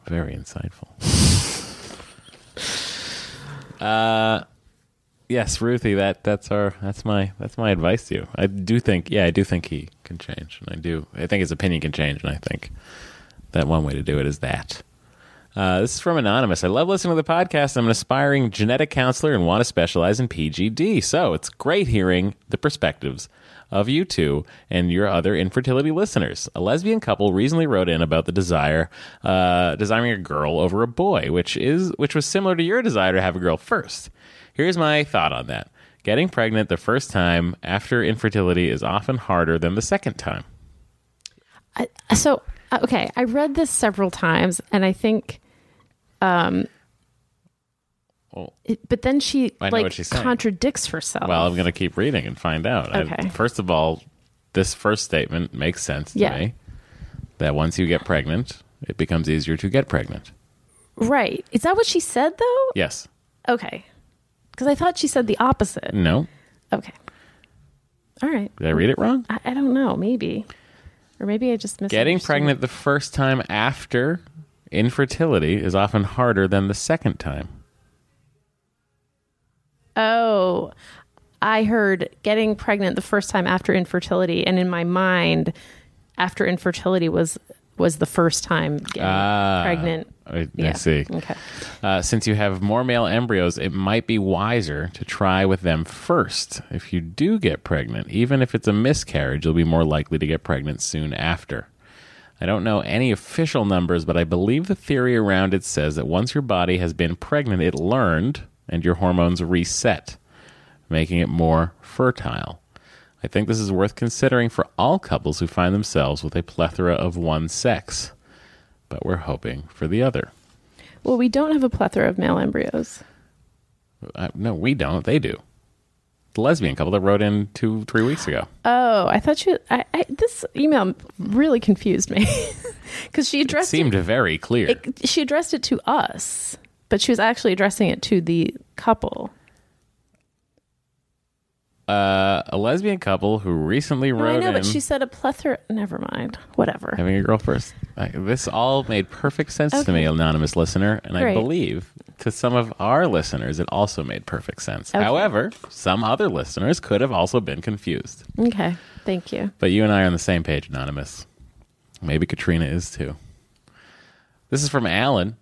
very insightful. uh yes, Ruthie, that that's our that's my that's my advice to you. I do think yeah, I do think he can change and I do I think his opinion can change and I think that one way to do it is that. Uh, this is from Anonymous. I love listening to the podcast. I'm an aspiring genetic counselor and want to specialize in PGD. So it's great hearing the perspectives of you two and your other infertility listeners. A lesbian couple recently wrote in about the desire, uh, desiring a girl over a boy, which is which was similar to your desire to have a girl first. Here's my thought on that. Getting pregnant the first time after infertility is often harder than the second time. So, uh, okay, I read this several times, and I think, um, Well- it, but then she I know like what she's saying. contradicts herself. Well, I'm going to keep reading and find out. I- Okay. first of all, this first statement makes sense to Yeah. me that once you get pregnant, it becomes easier to get pregnant. right? Is that what she said though? Yes. Okay, because I thought she said the opposite. No. Okay, all right. Did I read it wrong? I, I don't know. Maybe, or maybe I just missed Getting pregnant the first time after infertility is often harder than the second time. Oh, I heard getting pregnant the first time after infertility, and in my mind, after infertility was was the first time getting Ah. pregnant. I, I Yeah. see. Okay. Uh, since you have more male embryos, it might be wiser to try with them first. If you do get pregnant, even if it's a miscarriage, you'll be more likely to get pregnant soon after. I don't know any official numbers, but I believe the theory around it says that once your body has been pregnant, it learned and your hormones reset, making it more fertile. I think this is worth considering for all couples who find themselves with a plethora of one sex, but we're hoping for the other. Well, we don't have a plethora of male embryos. Uh, no, we don't. They do. The lesbian couple that wrote in two, three weeks ago. Oh, I thought you. I, I, this email really confused me because she addressed Seemed very clear. it, she addressed it to us, but she was actually addressing it to the couple. uh, a lesbian couple who recently No, wrote I know, in but she said a plethora. Never mind. Whatever. having a girl first. I, this all made perfect sense to me, anonymous listener, and I Great. believe to some of our listeners it also made perfect sense. Okay. However, some other listeners could have also been confused. Okay. Thank you. But you and I are on the same page, Anonymous. Maybe Katrina is too. This is from Alan.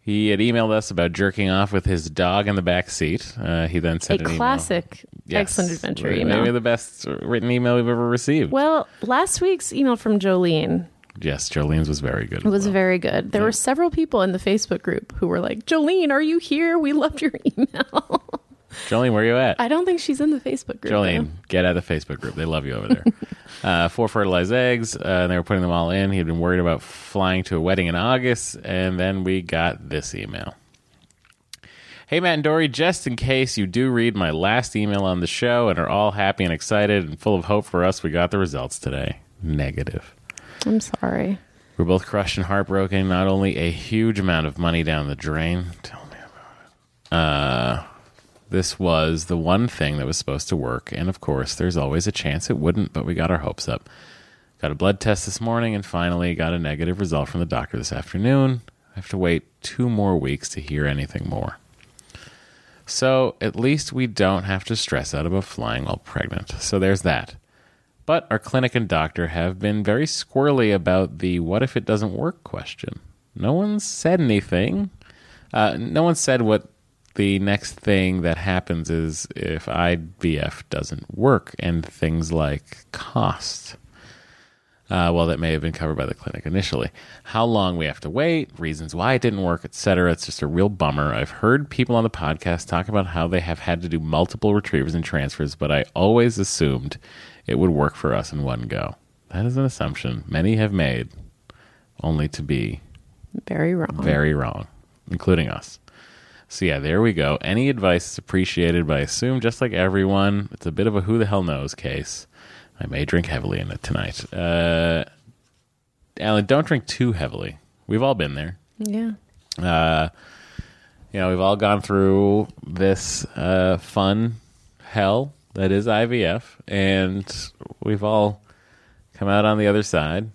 He had emailed us about jerking off with his dog in the back seat. Uh, he then A sent an email. classic Yes. excellent adventure Maybe email. the best written email we've ever received. Well, last week's email from Jolene Yes, Jolene's was very good. as was well. very good. There were several people in the Facebook group who were like, Jolene, are you here? We loved your email. Jolene, where you at? I don't think she's in the Facebook group. Jolene, get out of the Facebook group. They love you over there. uh, four fertilized eggs, uh, and they were putting them all in. He had been worried about flying to a wedding in August, and then we got this email. Hey, Matt and Dory, just in case you do read my last email on the show and are all happy and excited and full of hope for us, we got the results today. Negative. though. I'm sorry. We're both crushed and heartbroken. Not only a huge amount of money down the drain. Tell me about it. Uh, this was the one thing that was supposed to work, and of course, there's always a chance it wouldn't. But we got our hopes up. Got a blood test this morning, and finally got a negative result from the doctor this afternoon. I have to wait two more weeks to hear anything more. So at least we don't have to stress out about flying while pregnant. So there's that. But our clinic and doctor have been very squirrely about the what if it doesn't work question. No one said anything. Uh, no one said what the next thing that happens is if IVF doesn't work and things like cost. Uh, well, that may have been covered by the clinic initially. How long we have to wait, reasons why it didn't work, etc. It's just a real bummer. I've heard people on the podcast talk about how they have had to do multiple retrievers and transfers, but I always assumed it would work for us in one go. That is an assumption many have made, only to be Very wrong. very wrong, including us. So yeah, there we go. Any advice is appreciated, but I assume just like everyone, it's a bit of a who the hell knows case. I may drink heavily in it tonight. Uh, Alan, don't drink too heavily. We've all been there. Yeah. You know, we've all gone through this uh, fun hell that is IVF, and we've all come out on the other side.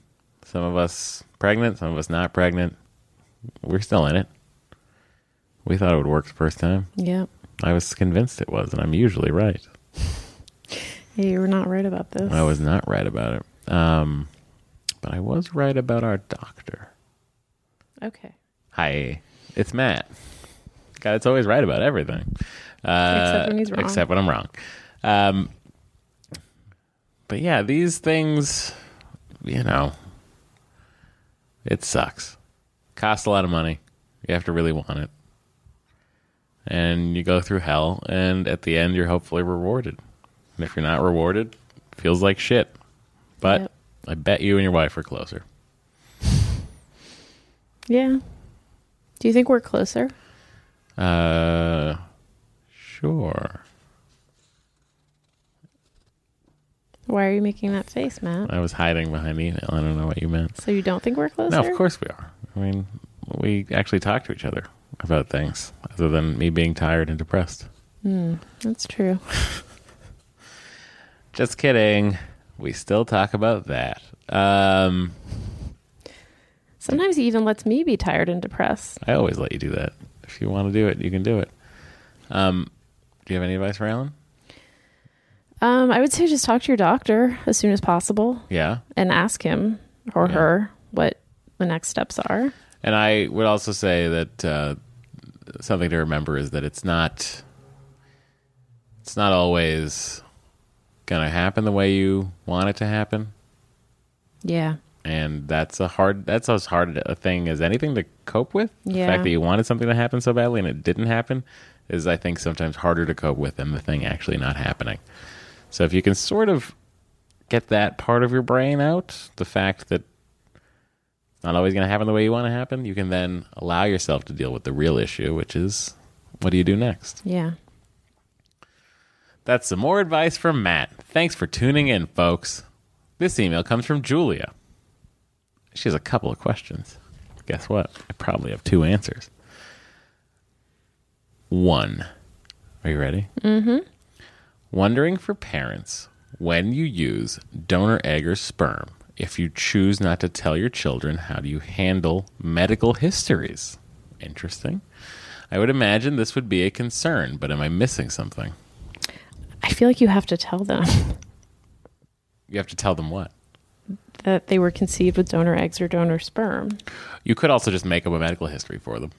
Some of us pregnant, some of us not pregnant. We're still in it. We thought it would work the first time. Yeah. I was convinced it was, and I'm usually right. Hey, you were not right about this. I was not right about it. Um, but I was right about our doctor. okay. Hi, it's Matt. God, it's always right about everything. Uh, Except when he's wrong. Except when I'm wrong. Um, but yeah, these things, you know, it sucks. Costs a lot of money. You have to really want it. and you go through hell, and at the end, you're hopefully rewarded. And if you're not rewarded, it feels like shit. But Yep. I bet you and your wife are closer. Yeah. Do you think we're closer? Uh, sure. Why are you making that face, Matt? I was hiding behind email. I don't know what you meant. So you don't think we're closer? No, of course we are. I mean, we actually talk to each other about things other than me being tired and depressed. That's true. Just kidding. We still talk about that. Um, Sometimes he even lets me be tired and depressed. I always let you do that. If you want to do it, you can do it. Um, do you have any advice for Alan? Um, I would say just talk to your doctor as soon as possible Yeah. and ask him or her what the next steps are. And I would also say that uh, something to remember is that it's not it's not always going to happen the way you want it to happen, Yeah. and that's a hard that's as hard a thing as anything to cope with. The Yeah. fact that you wanted something to happen so badly and it didn't happen is, I think, sometimes harder to cope with than the thing actually not happening. So if you can sort of get that part of your brain out, the fact that it's not always going to happen the way you want to happen, you can then allow yourself to deal with the real issue, which is what do you do next? Yeah. That's some more advice from Matt. Thanks for tuning in, folks. This email comes from Julia. She has a couple of questions. Guess what? I probably have two answers. One. Are you ready? Mm-hmm. Wondering for parents when you use donor egg or sperm, if you choose not to tell your children, how do you handle medical histories? Interesting. I would imagine this would be a concern, but am I missing something? I feel like you have to tell them You have to tell them what. that they were conceived with donor eggs or donor sperm. You could also just make up a medical history for them.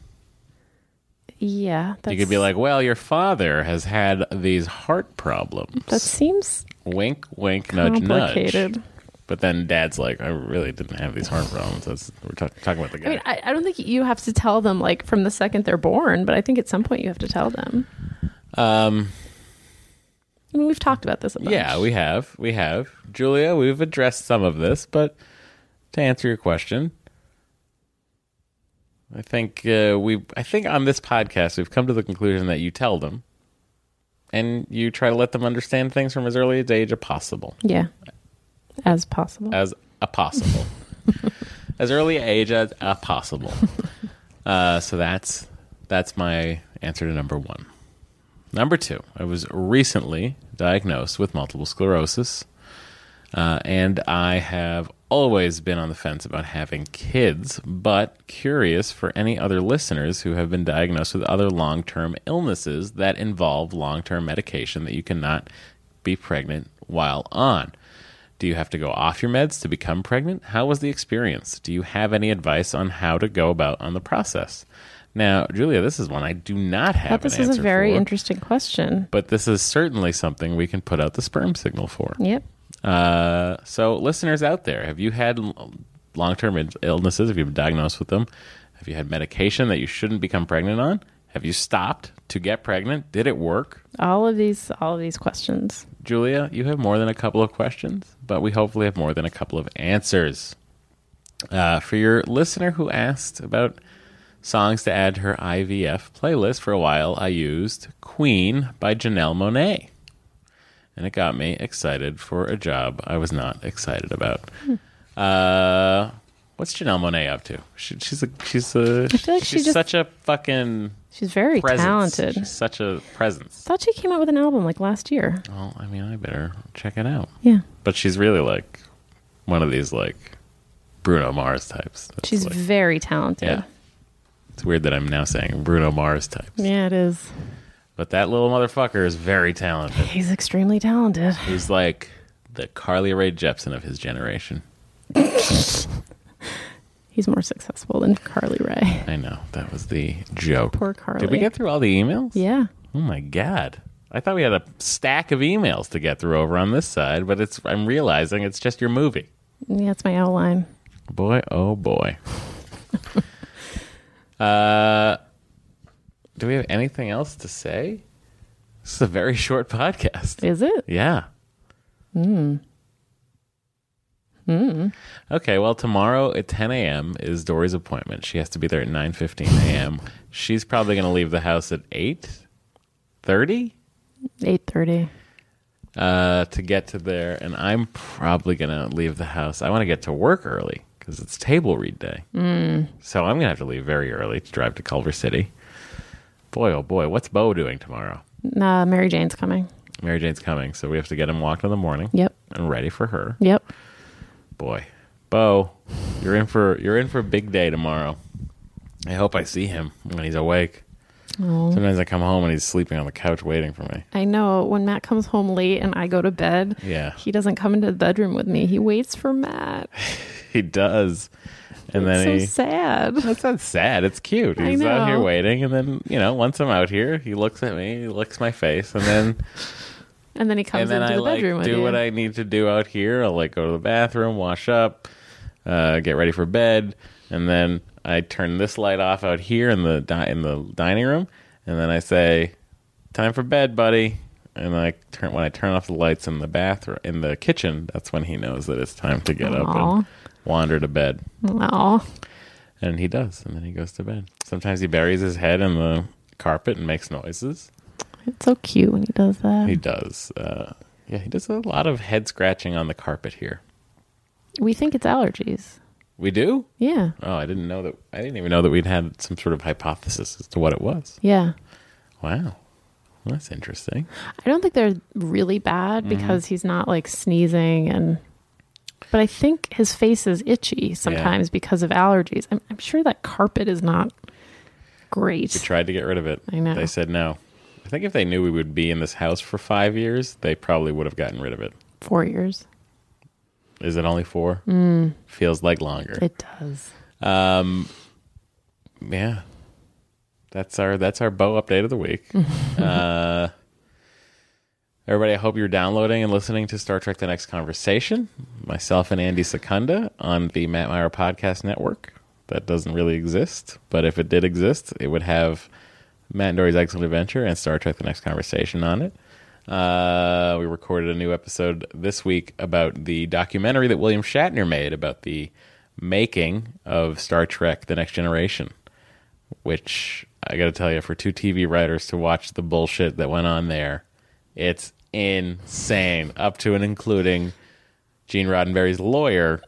Yeah. That's, You could be like, well, your father has had these heart problems. that seems wink, wink, nudge, nudge. complicated. But then dad's like, I really didn't have these heart problems. That's, we're talk- talking about the guy. I mean, I, I don't think you have to tell them like from the second they're born, but I think at some point you have to tell them. um, I mean, we've talked about this a bunch. yeah, we have. We have. Julia, we've addressed some of this, but to answer your question, I think uh, we. I think on this podcast, we've come to the conclusion that you tell them, and you try to let them understand things from as early as age as possible. Yeah. As possible. as a possible, as early age as a possible. Uh, so that's that's my answer to number one. Number two, I was recently diagnosed with multiple sclerosis, uh, and I have always been on the fence about having kids, but curious for any other listeners who have been diagnosed with other long term illnesses that involve long term medication that you cannot be pregnant while on. Do you have to go off your meds to become pregnant? How was the experience? Do you have any advice on how to go about on the process? Now, Julia, this is one I do not I thought have. this an is a answer very for interesting question. but this is certainly something we can put out the sperm signal for. Yep. Uh, so, listeners out there, have you had long term illnesses? Have you been diagnosed with them? Have you had medication that you shouldn't become pregnant on? Have you stopped to get pregnant? Did it work? All of these all of these questions. Julia, you have more than a couple of questions, but we hopefully have more than a couple of answers. Uh, for your listener who asked about songs to add to her IVF playlist for a while, I used Queen by Janelle Monet. And it got me excited for a job I was not excited about. Hmm. Uh, what's Janelle Monet up to? She, she's a she's a I feel like she she's just- such a fucking She's very presence. talented. She's such a presence. thought she came out with an album like last year. Well, I mean, I better check it out. Yeah. But she's really like one of these like Bruno Mars types. That's She's like- very talented. yeah. It's weird that I'm now saying Bruno Mars types. Yeah, it is. But that little motherfucker is very talented. He's extremely talented. He's like the Carly Rae Jepsen of his generation. He's more successful than Carly Rae. I know that was the joke. Poor Carly. Did we get through all the emails? Yeah. Oh my god. I thought we had a stack of emails to get through over on this side, but it's I'm realizing it's just your movie. Yeah, it's my outline. Boy, oh boy. uh, do we have anything else to say? This is a very short podcast. Is it? Yeah. Hmm. Hmm. Okay. Well, tomorrow at 10 a.m. is Dory's appointment. She has to be there at 9:15 a.m. She's probably going to leave the house at 8:30 Eight thirty. uh, to get to there, and I'm probably going to leave the house. I want to get to work early because it's table read day. Mm. So I'm going to have to leave very early to drive to Culver City. Boy, oh boy, what's Bo doing tomorrow? Nah, Mary Jane's coming. Mary Jane's coming, so we have to get him walked in the morning Yep. and ready for her. Yep. Boy, Bo, you're in for you're in for a big day tomorrow. I hope I see him when he's awake. Oh. Sometimes I come home and he's sleeping on the couch waiting for me. I know when Matt comes home late and I go to bed, Yeah. he doesn't come into the bedroom with me. He waits for Matt. He does, and It's then so he. sad. That's not sad. It's cute. I He's out here know. waiting, and then you know, once I'm out here, he looks at me, he licks my face, and then And then he comes and then into I the like bedroom with do you. what I need to do out here. I'll like go to the bathroom, wash up, uh, get ready for bed, and then I turn this light off out here in the di- in the dining room, and then I say, "Time for bed, buddy." And I turn when I turn off the lights in the bathroom in the kitchen. That's when he knows that it's time to get up and Aw. wander to bed. Aw. And he does, and then he goes to bed. Sometimes he buries his head in the carpet and makes noises. It's so cute when he does that. He does. Uh, yeah, he does a lot of head scratching on the carpet here. we think it's allergies. We do? Yeah. Oh, I didn't know that. I didn't even know that we'd had some sort of hypothesis as to what it was. Yeah. Wow. Well, that's interesting. I don't think they're really bad Mm-hmm. because he's not like sneezing and but I think his face is itchy sometimes because of allergies. I'm, I'm sure that carpet is not great. We tried to get rid of it. I know. They said no. I think if they knew we would be in this house for five years, they probably would have gotten rid of it. Four years. Is it only four? Mm. Hmm. Feels like longer. It does. Um, yeah, that's our that's our bow update of the week. uh, everybody, I hope you're downloading and listening to Star Trek: The Next Conversation. Myself and Andy Secunda on the Matt Meyer Podcast Network. That doesn't really exist, but if it did exist, it would have Matt and Dory's Excellent Adventure and Star Trek: The Next Conversation on it. Uh, we recorded a new episode this week about the documentary that William Shatner made about the making of Star Trek: The Next Generation, which I got to tell you, for two TV writers to watch the bullshit that went on there, it's insane. Up to and including Gene Roddenberry's lawyer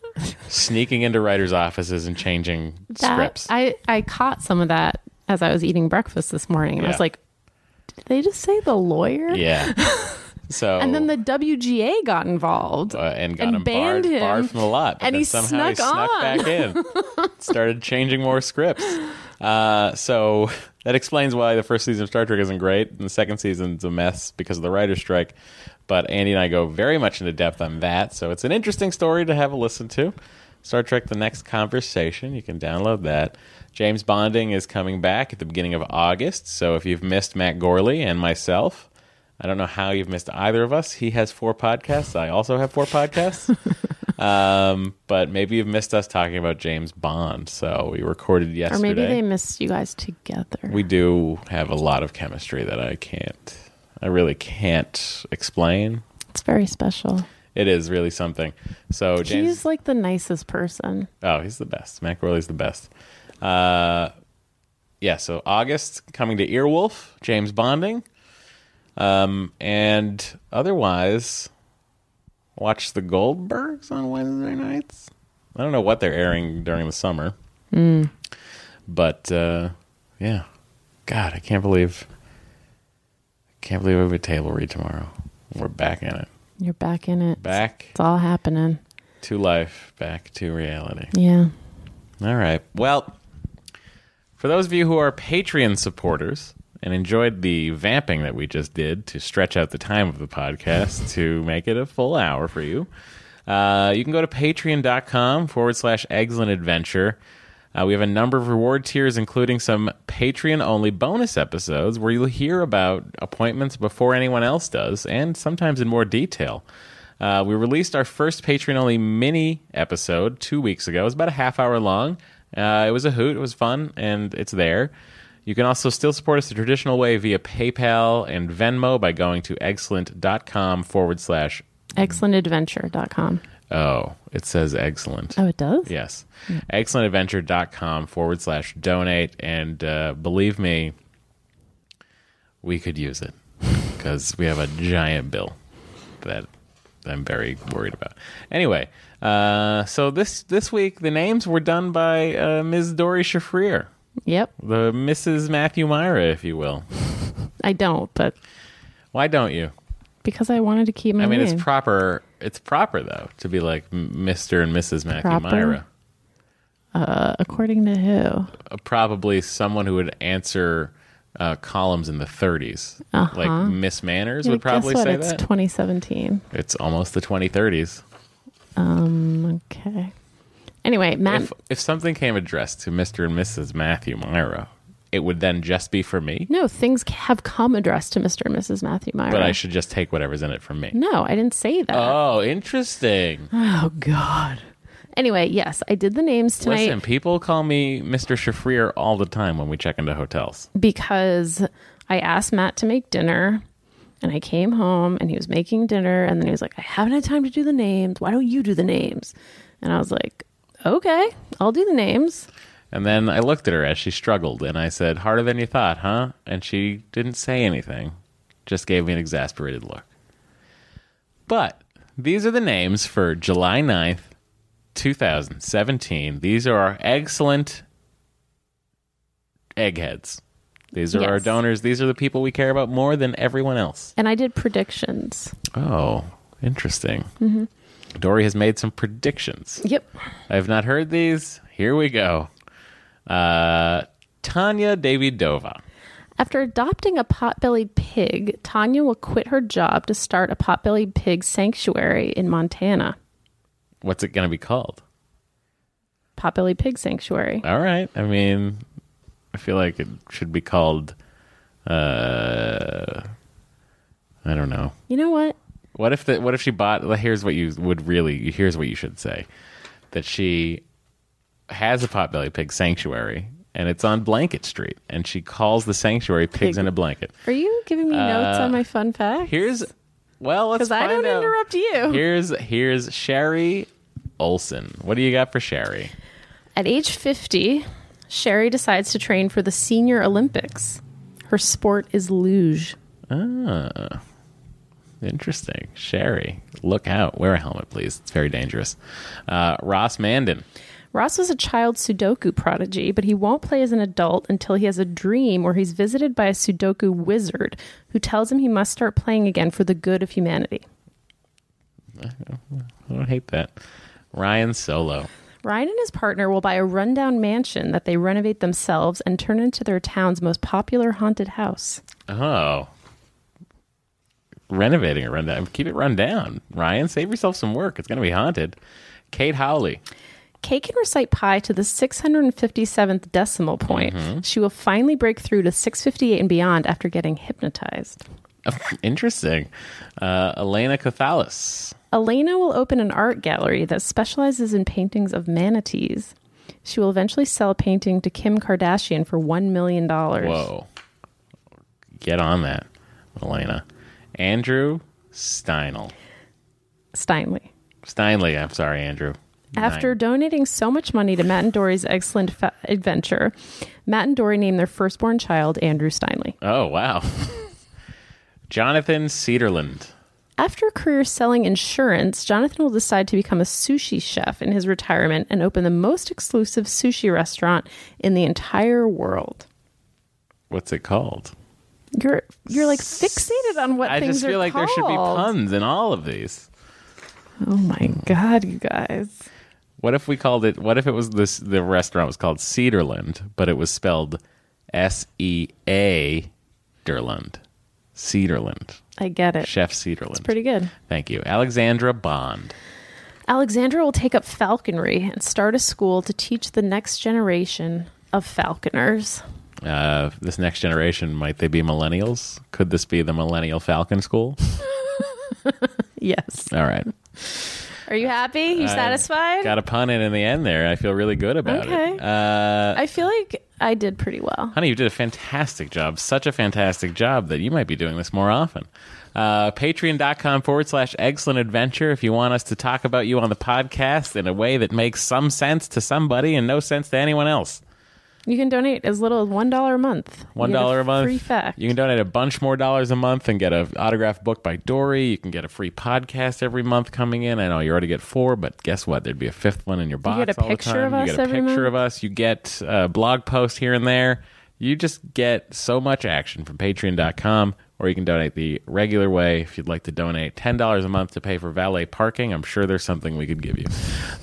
sneaking into writers' offices and changing That- scripts. I, I caught some of that as I was eating breakfast this morning and I Yeah. was like, did they just say the lawyer? yeah. So And then the WGA got involved. uh, and got and him barred, banned him. barred from the lot. But And then he somehow he snuck snuck on. back in, started changing more scripts. Uh, so that explains why the first season of Star Trek isn't great, and the second season's a mess because of the writer's strike. But Andy and I go very much into depth on that, so it's an interesting story to have a listen to. Star Trek: The Next Conversation. You can download that. James Bonding is coming back at the beginning of August, so if you've missed Matt Gorley and myself, I don't know how you've missed either of us. He has four podcasts. I also have four podcasts. um, but maybe you've missed us talking about James Bond. So we recorded or yesterday. maybe they missed you guys together. we do have a lot of chemistry that I can't, I really can't explain. it's very special. It is really something. So James, He's like the nicest person. Oh, he's the best. Matt Gorley's the best. Uh, yeah, so August coming to Earwolf, James Bonding. Um, and otherwise, watch the Goldbergs on Wednesday nights. I don't know what they're airing during the summer. But uh, yeah, God, I can't believe I can't believe we have a table read tomorrow. We're back in it. You're back in it. Back It's all happening. to life, back to reality. Yeah. All right. Well, for those of you who are Patreon supporters and enjoyed the vamping that we just did to stretch out the time of the podcast to make it a full hour for you, uh, you can go to patreon.com forward slash excellent adventure. Uh, we have a number of reward tiers, including some Patreon only bonus episodes where you'll hear about appointments before anyone else does, and sometimes in more detail. Uh, we released our first Patreon only mini episode two weeks ago. It was about a half hour long. Uh, it was a hoot. It was fun, and it's there. You can also still support us the traditional way via PayPal and Venmo by going to excellent.com forward slash. Excellentadventure.com. Oh, it says excellent. Oh, it does? Yes. Excellentadventure.com forward slash donate. And uh, believe me, we could use it because we have a giant bill that I'm very worried about. Anyway, uh, so this, this week, the names were done by uh, Ms. Dory Shafrir, Yep. the Mrs. Matthew Myra, if you will. I don't, but Why don't you? because I wanted to keep my I mean, name. it's proper. It's proper though to be like M- Mr. and Mrs. Matthew Proper? Myra. According to who? Uh, Probably someone who would answer uh, columns in the 30s, like Miss Manners Yeah, would probably Uh-huh. guess what? say it's that. 2017. it's almost the 2030s. Okay. Anyway, Matt. If if something came addressed to Mr. and Mrs. Matthew Myra, it would then just be for me. no, things c- have come addressed to Mr. and Mrs. Matthew Meyer. But I should just take whatever's in it from me. No, I didn't say that. Oh, interesting. oh God. Anyway, yes, I did the names tonight Listen, people call me Mr. Shafrir all the time when we check into hotels. because I asked Matt to make dinner. And I came home and he was making dinner. And then he was like, I haven't had time to do the names. Why don't you do the names? And I was like, okay, I'll do the names. And then I looked at her as she struggled and I said, Harder than you thought, huh? And she didn't say anything, just gave me an exasperated look. But these are the names for July 9th, 2017. These are our excellent eggheads. These are our Yes. donors. These are the people we care about more than everyone else. And I did predictions. Oh, interesting. Dory has made some predictions. Yep. I've not heard these. Here we go. Uh, Tanya Davidova. After adopting a potbellied pig, Tanya will quit her job to start a potbellied pig sanctuary in Montana. What's it going to be called? Potbellied pig sanctuary. All right. I mean, I feel like it should be called. Uh, I don't know. You know what? What if the, what if she bought? well, Here's what you would really. Here's what you should say: that she has a potbelly pig sanctuary, and it's on Blanket Street, and she calls the sanctuary "Pigs in a Blanket." Are you giving me notes on my fun fact? Here's well, Uh, let's Because I find don't out. interrupt you. Here's here's Sherry Olson. What do you got for Sherry? At age 50, Sherry decides to train for the Senior Olympics. Her sport is luge. Ah, interesting. Sherry, look out! Wear a helmet, please. It's very dangerous. Uh, Ross Mandan. Ross was a child Sudoku prodigy, but he won't play as an adult until he has a dream where he's visited by a Sudoku wizard who tells him he must start playing again for the good of humanity. Oh, I don't hate that. Ryan Solo. Ryan and his partner will buy a rundown mansion that they renovate themselves and turn into their town's most popular haunted house. Oh. Renovating a rundown. Keep it run down, Ryan. Save yourself some work. It's going to be haunted. Kate Howley. Kay can recite pi to the 657th decimal point. She will finally break through to 658 and beyond after getting hypnotized. Oh, Interesting. Uh, Elena Cathalis. Elena will open an art gallery that specializes in paintings of manatees. She will eventually sell a painting to Kim Kardashian for $1 million. Whoa. Get on that, Elena. Andrew Steinle. Steinley. Steinley, I'm sorry, Andrew. After donating so much money to Matt and Dory's excellent fa- adventure, Matt and Dory named their firstborn child Andrew Steinley. Oh, wow. Jonathan Cedarland. After a career selling insurance, Jonathan will decide to become a sushi chef in his retirement and open the most exclusive sushi restaurant in the entire world. What's it called? You're you're like fixated on what I things just are feel like there should be called. puns in all of these. Oh my god, you guys! What if we called it? What if it was this? The restaurant was called Cedarland, but it was spelled S E A Derland, Cedarland, I get it. Chef Cedarland. Pretty good. Thank you, Alexandra Bond. Alexandra will take up falconry and start a school to teach the next generation of falconers. Uh, this next generation, might they be millennials? Could this be the Millennial Falcon School? Yes. All right. Are you happy? You satisfied? Got a pun in in the end there. I feel really good about Okay. it. Uh, I feel like I did pretty well. honey, you did a fantastic job. Such a fantastic job that you might be doing this more often. Uh, Patreon.com forward slash excellent adventure if you want us to talk about you on the podcast in a way that makes some sense to somebody and no sense to anyone else. You can donate as little as one dollar a month. One dollar a month. Free fact. You can donate a bunch more dollars a month and get an autographed book by Dory. You can get a free podcast every month coming in. I know you already get four, but guess what? There'd be a fifth one in your box. get a all the picture time. of You us get a every picture month? of us. You get a blog post here and there. You just get so much action from Patreon.com. Or you can donate the regular way if you'd like to donate ten dollars a month to pay for valet parking. I'm sure there's something we could give you.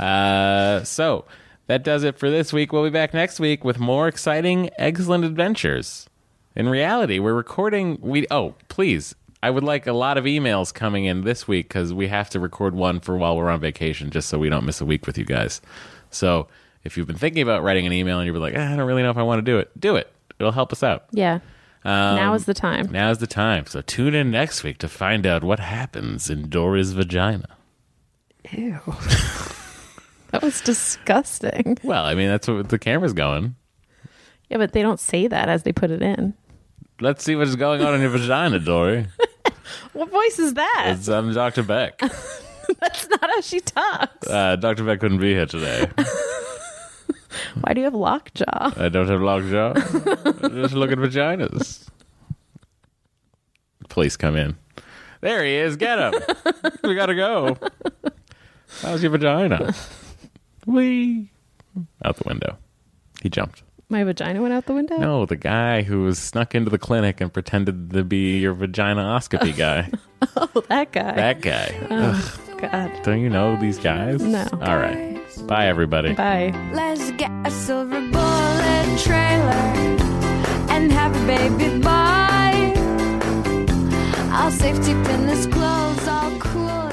Uh, so that does it for this week. We'll be back next week with more exciting, excellent adventures. In reality, we're recording. We oh, please, I would like a lot of emails coming in this week because we have to record one for while we're on vacation, just so we don't miss a week with you guys. So if you've been thinking about writing an email and you were like, "Ah, I don't really know if I want to do it, do it. It'll help us out. yeah. Um, now is the time. Now's the time. So tune in next week to find out what happens in Dora's vagina. Ew. that was disgusting. Well, I mean, that's what the camera's going. Yeah, but they don't say that as they put it in. Let's see what's going on in your vagina, Dory. What voice is that? It's um, Dr. Beck. That's not how she talks. Uh, Dr. Beck couldn't be here today. Why do you have lockjaw? I don't have lockjaw. Just look at vaginas. Police come in. There he is. Get him. we gotta go. How's your vagina? Wee. Out the window. He jumped. My vagina went out the window. No, the guy who was snuck into the clinic and pretended to be your vaginaoscopy guy. Oh, that guy. that guy. God. Don't you know these guys? No. All right. Bye, everybody. Bye. Let's get a silver bullet trailer and have a baby boy. Our safety pin is closed, all cool.